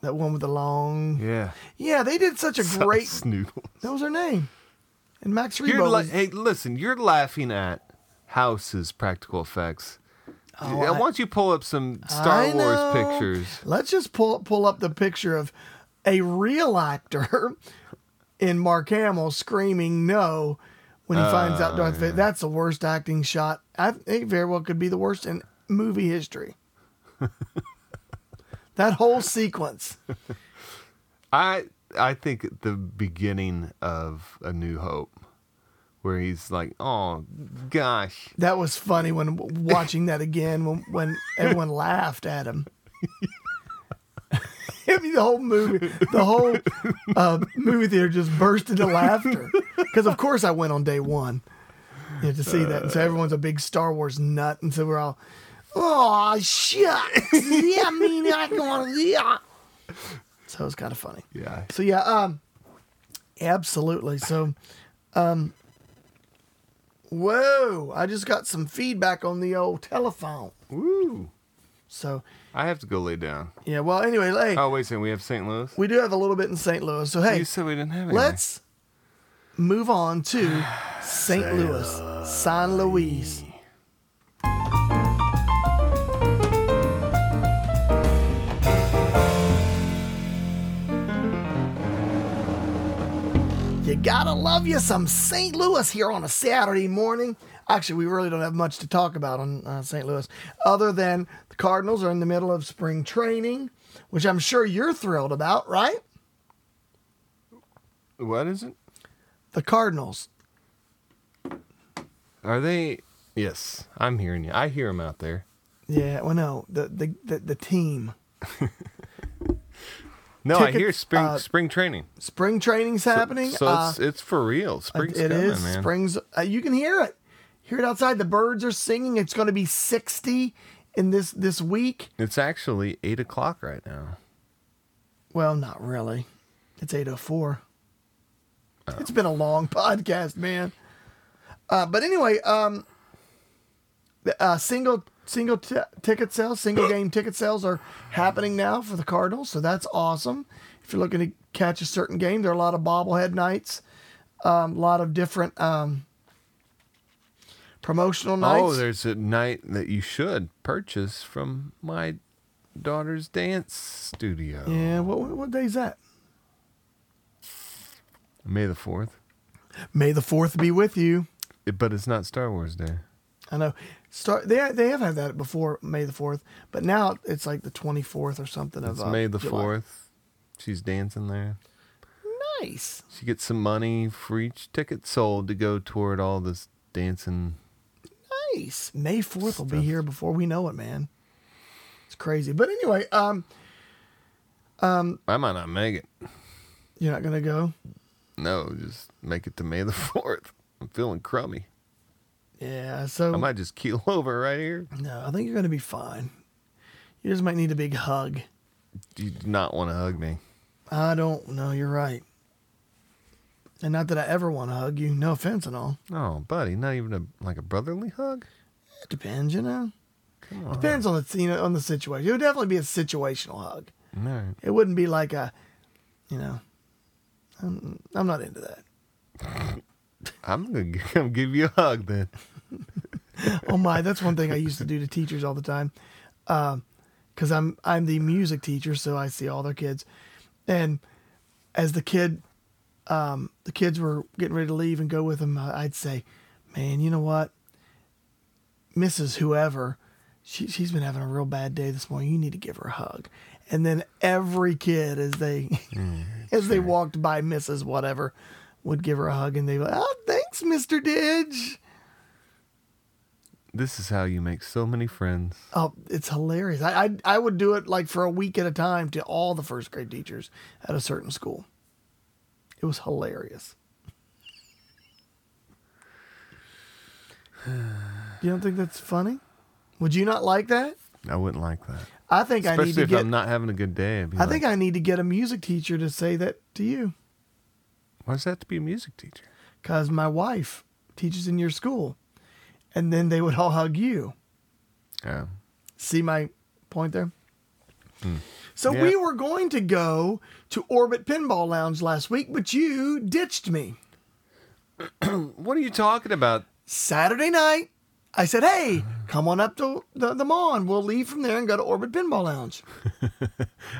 [SPEAKER 1] that one with the long.
[SPEAKER 2] Yeah.
[SPEAKER 1] Yeah, they did such a great.
[SPEAKER 2] snoodle.
[SPEAKER 1] That was her name. And Max
[SPEAKER 2] You're
[SPEAKER 1] Rebo.
[SPEAKER 2] la-
[SPEAKER 1] was-
[SPEAKER 2] hey, listen, you're laughing at House's practical effects.
[SPEAKER 1] Oh,
[SPEAKER 2] Why
[SPEAKER 1] I-
[SPEAKER 2] don't you pull up some Star
[SPEAKER 1] I
[SPEAKER 2] Wars
[SPEAKER 1] know.
[SPEAKER 2] pictures?
[SPEAKER 1] Let's just pull pull up the picture of a real actor in Mark Hamill screaming no when he finds out
[SPEAKER 2] Ah,
[SPEAKER 1] Darth Vader. That's the worst acting shot. I think it very well could be the worst in movie history. that whole sequence.
[SPEAKER 2] I I think the beginning of A New Hope, where he's like, "Oh gosh,
[SPEAKER 1] That was funny when watching that again when when everyone laughed at him. I mean, the whole movie, the whole uh, movie theater just burst into laughter because, of course, I went on day one you know, to see that, and so everyone's a big Star Wars nut, and so we're all, oh shit, yeah, I mean, I want to, yeah. So it was kind of funny.
[SPEAKER 2] yeah,
[SPEAKER 1] So yeah, um, absolutely. So, um, whoa! I just got some feedback on the old telephone.
[SPEAKER 2] woo."
[SPEAKER 1] So
[SPEAKER 2] I have to go lay down.
[SPEAKER 1] yeah. Well, anyway, hey,
[SPEAKER 2] Oh wait, a second, we have St. Louis.
[SPEAKER 1] we do have a little bit in St. Louis. So hey,
[SPEAKER 2] you said we didn't have any.
[SPEAKER 1] let's move on to St. Louis, San Luis. You gotta love you some St. Louis here on a Saturday morning. Actually, we really don't have much to talk about on uh, St. Louis, other than the Cardinals are in the middle of spring training, which I'm sure you're thrilled about, right?
[SPEAKER 2] What is it?
[SPEAKER 1] The Cardinals.
[SPEAKER 2] Are they? Yes, I'm hearing you. I hear them out there.
[SPEAKER 1] Yeah, well, no, the the the, the team.
[SPEAKER 2] No, I hear
[SPEAKER 1] Tickets,
[SPEAKER 2] spring
[SPEAKER 1] uh,
[SPEAKER 2] spring training.
[SPEAKER 1] Spring training's happening.
[SPEAKER 2] So
[SPEAKER 1] uh,
[SPEAKER 2] it's it's for real. Spring's
[SPEAKER 1] it
[SPEAKER 2] coming,
[SPEAKER 1] is.
[SPEAKER 2] man.
[SPEAKER 1] Springs. Uh, you can hear it. Hear it outside. The birds are singing. It's going to be sixty in this this week.
[SPEAKER 2] It's actually eight o'clock right now.
[SPEAKER 1] Well, not really. It's eight oh four. It's been a long podcast, man. Uh, but anyway, um, the, uh, single single t- ticket sales, single game ticket sales are happening now for the Cardinals, so that's awesome. If you're looking to catch a certain game, there are a lot of bobblehead nights, um, a lot of different um, promotional nights.
[SPEAKER 2] Oh, there's a night that you should purchase from my daughter's dance studio.
[SPEAKER 1] yeah, what, what what day's that?
[SPEAKER 2] May the 4th.
[SPEAKER 1] May the fourth be with you.
[SPEAKER 2] It- but it's not Star Wars Day.
[SPEAKER 1] I know. Start they they have had that before May the fourth, but now it's like the twenty fourth or something
[SPEAKER 2] It's
[SPEAKER 1] of uh,
[SPEAKER 2] May the
[SPEAKER 1] July.
[SPEAKER 2] 4th. She's dancing there.
[SPEAKER 1] Nice.
[SPEAKER 2] She gets some money for each ticket sold to go toward all this dancing.
[SPEAKER 1] Nice. May 4th will be here before we know it, man. It's crazy. But anyway, um,
[SPEAKER 2] I might not make it.
[SPEAKER 1] you're not going to go?
[SPEAKER 2] No, just make it to May the 4th. I'm feeling crummy.
[SPEAKER 1] Yeah. So,
[SPEAKER 2] I might just keel over right here.
[SPEAKER 1] no, I think you're going to be fine. You just might need a big hug.
[SPEAKER 2] You do not want to hug me.
[SPEAKER 1] I don't know. You're right. And not that I ever want to hug you. No offense and all.
[SPEAKER 2] Oh, buddy, not even a like a brotherly hug.
[SPEAKER 1] It depends, you know?
[SPEAKER 2] Come on.
[SPEAKER 1] Depends on the, you know, on the situation. It would definitely be a situational hug.
[SPEAKER 2] All right.
[SPEAKER 1] It wouldn't be like a, you know, I'm, I'm not into that.
[SPEAKER 2] I'm gonna g- come give you a hug then.
[SPEAKER 1] oh my, that's one thing I used to do to teachers all the time, because I'm I'm the music teacher, so I see all their kids, and as the kid, um, the kids were getting ready to leave and go with them, I- I'd say, "Man, you know what, Mrs. Whoever, she she's been having a real bad day this morning. You need to give her a hug." And then every kid, as they as they walked by Mrs. Whatever, would give her a hug, and they would, "Oh, thanks, Mister Didge."
[SPEAKER 2] This is how you make so many friends.
[SPEAKER 1] Oh, it's hilarious. I, I I would do it like for a week at a time to all the first grade teachers at a certain school. It was hilarious. you don't think that's funny? Would you not like that?
[SPEAKER 2] I wouldn't like that,
[SPEAKER 1] I think I need
[SPEAKER 2] especially
[SPEAKER 1] to
[SPEAKER 2] if
[SPEAKER 1] get
[SPEAKER 2] I'm not having a good day. I'd be
[SPEAKER 1] I think I need to get a music teacher to say that to you
[SPEAKER 2] why does that have to be a music teacher?
[SPEAKER 1] cuz my wife teaches in your school. And then they would all hug you.
[SPEAKER 2] Yeah.
[SPEAKER 1] See my point there? So
[SPEAKER 2] Yeah.
[SPEAKER 1] we were going to go to Orbit Pinball Lounge last week, but you ditched me.
[SPEAKER 2] What are you talking about?
[SPEAKER 1] Saturday night, I said, hey, come on up to the, the mall and we'll leave from there and go to Orbit Pinball Lounge.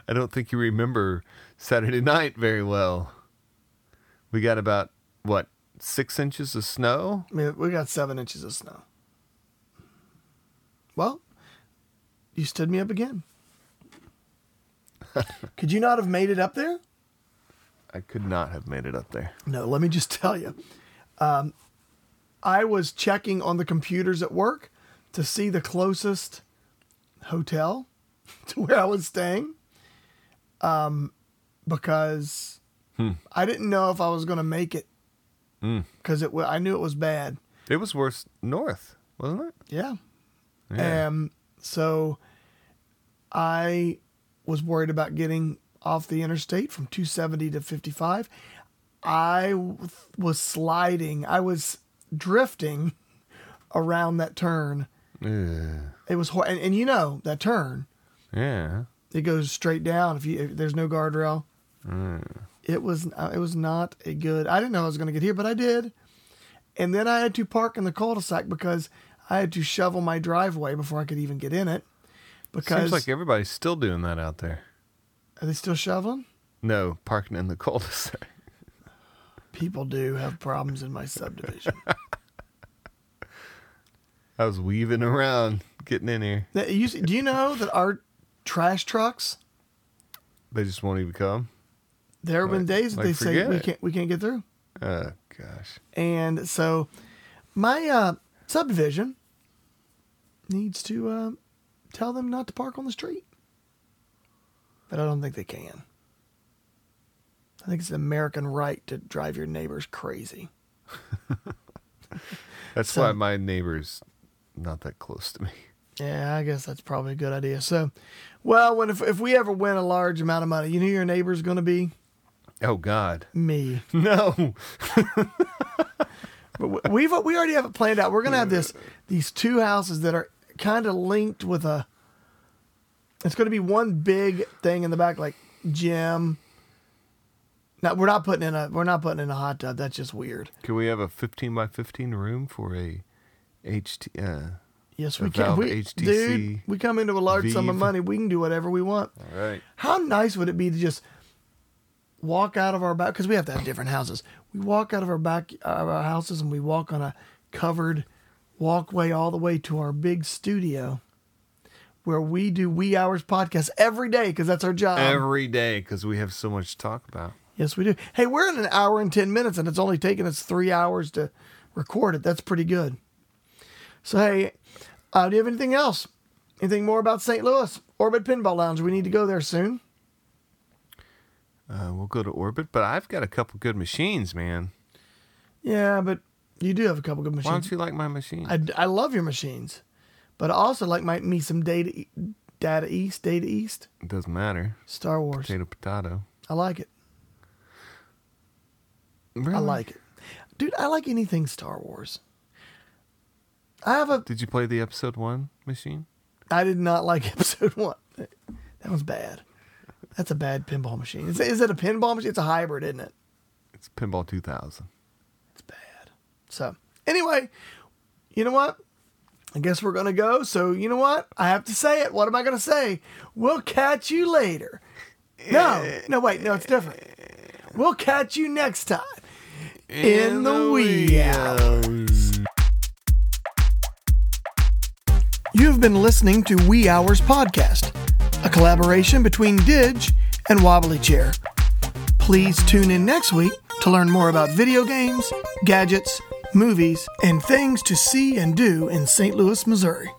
[SPEAKER 2] I don't think you remember Saturday night very well. We got about what six inches of snow.
[SPEAKER 1] I mean, we got seven inches of snow. Well, you stood me up again. Could you not have made it up there?
[SPEAKER 2] I could not have made it up there.
[SPEAKER 1] No, let me just tell you. Um, I was checking on the computers at work to see the closest hotel to where I was staying um, because I didn't know if I was going to make it because it wa- I knew it was bad.
[SPEAKER 2] It was worse north, wasn't it?
[SPEAKER 1] Yeah.
[SPEAKER 2] Yeah.
[SPEAKER 1] Um, so I was worried about getting off the interstate from 270 to 55. I w- was sliding, I was drifting around that turn.
[SPEAKER 2] Ugh.
[SPEAKER 1] It was, hor- and, and you know, that turn,
[SPEAKER 2] yeah.
[SPEAKER 1] it goes straight down if you, if there's no guardrail. It was, uh, it was not a good, I didn't know I was going to get here, but I did. And then I had to park in the cul-de-sac because I had to shovel my driveway before I could even get in it. Because
[SPEAKER 2] Seems like everybody's still doing that out there.
[SPEAKER 1] Are they still shoveling?
[SPEAKER 2] No, parking in the cul-de-sac.
[SPEAKER 1] People do have problems in my subdivision.
[SPEAKER 2] I was weaving around, getting in here.
[SPEAKER 1] That- you- do you know that our trash trucks?
[SPEAKER 2] They just won't even come.
[SPEAKER 1] There have been
[SPEAKER 2] Like-
[SPEAKER 1] days that
[SPEAKER 2] like
[SPEAKER 1] they say
[SPEAKER 2] forget
[SPEAKER 1] we
[SPEAKER 2] it.
[SPEAKER 1] can't we can't get through.
[SPEAKER 2] Oh gosh.
[SPEAKER 1] And so, my uh, subdivision needs to uh, tell them not to park on the street, but I don't think they can. I think it's an American right to drive your neighbors crazy.
[SPEAKER 2] That's
[SPEAKER 1] So-
[SPEAKER 2] why my neighbor's not that close to me.
[SPEAKER 1] Yeah, I guess that's probably a good idea. So, well, when if, if we ever win a large amount of money, you know who your neighbor's going to be
[SPEAKER 2] Oh God,
[SPEAKER 1] me.
[SPEAKER 2] no!
[SPEAKER 1] But w- we've we already have it planned out. We're gonna have this these two houses that are kind of linked with a. It's gonna be one big thing in the back, like gym. No, we're not putting in a we're not putting in a hot tub. That's just weird.
[SPEAKER 2] Can we have a 15 by 15 room for a HT? Uh,
[SPEAKER 1] Yes,
[SPEAKER 2] A
[SPEAKER 1] we can.
[SPEAKER 2] Valve
[SPEAKER 1] We,
[SPEAKER 2] HTC
[SPEAKER 1] dude, we come into a large sum of
[SPEAKER 2] Vive.
[SPEAKER 1] money. We can do whatever we want.
[SPEAKER 2] all right.
[SPEAKER 1] How nice would it be to just walk out of our back? Because we have to have different houses. We walk out of our back uh, of our houses and we walk on a covered walkway all the way to our big studio, where we do wee hours podcast every day because that's our job.
[SPEAKER 2] Every day because we have so much to talk about.
[SPEAKER 1] yes, we do. Hey, we're in an hour and ten minutes, and it's only taken us three hours to record it. That's pretty good. So hey, uh, do you have anything else? Anything more about St. Louis Orbit Pinball Lounge? We need to go there soon.
[SPEAKER 2] Uh, we'll go to orbit, but I've got a couple good machines, man.
[SPEAKER 1] Yeah, but you do have a couple good
[SPEAKER 2] Why don't
[SPEAKER 1] machines.
[SPEAKER 2] you like my machine?
[SPEAKER 1] I, I love your machines, but I also like my me some data E- data east data east
[SPEAKER 2] it doesn't matter.
[SPEAKER 1] Star Wars.
[SPEAKER 2] Potato, potato.
[SPEAKER 1] I like it.
[SPEAKER 2] Really?
[SPEAKER 1] I like it, dude. I like anything Star Wars. I have a.
[SPEAKER 2] Did you play the episode one machine?
[SPEAKER 1] I did not like episode one. That was bad. That's a bad pinball machine. Is, is it a pinball machine? It's a hybrid, isn't it?
[SPEAKER 2] It's Pinball 2000.
[SPEAKER 1] It's bad. So anyway, you know what? I guess we're gonna go. So you know what? I have to say it. What am I gonna say? We'll catch you later. No, no, wait, no, it's different. We'll catch you next time in the wee hours. You've been listening to Wee Hours Podcast, a collaboration between Dig and Wobbly Chair. Please tune in next week to learn more about video games, gadgets, movies, and things to see and do in St. Louis, Missouri.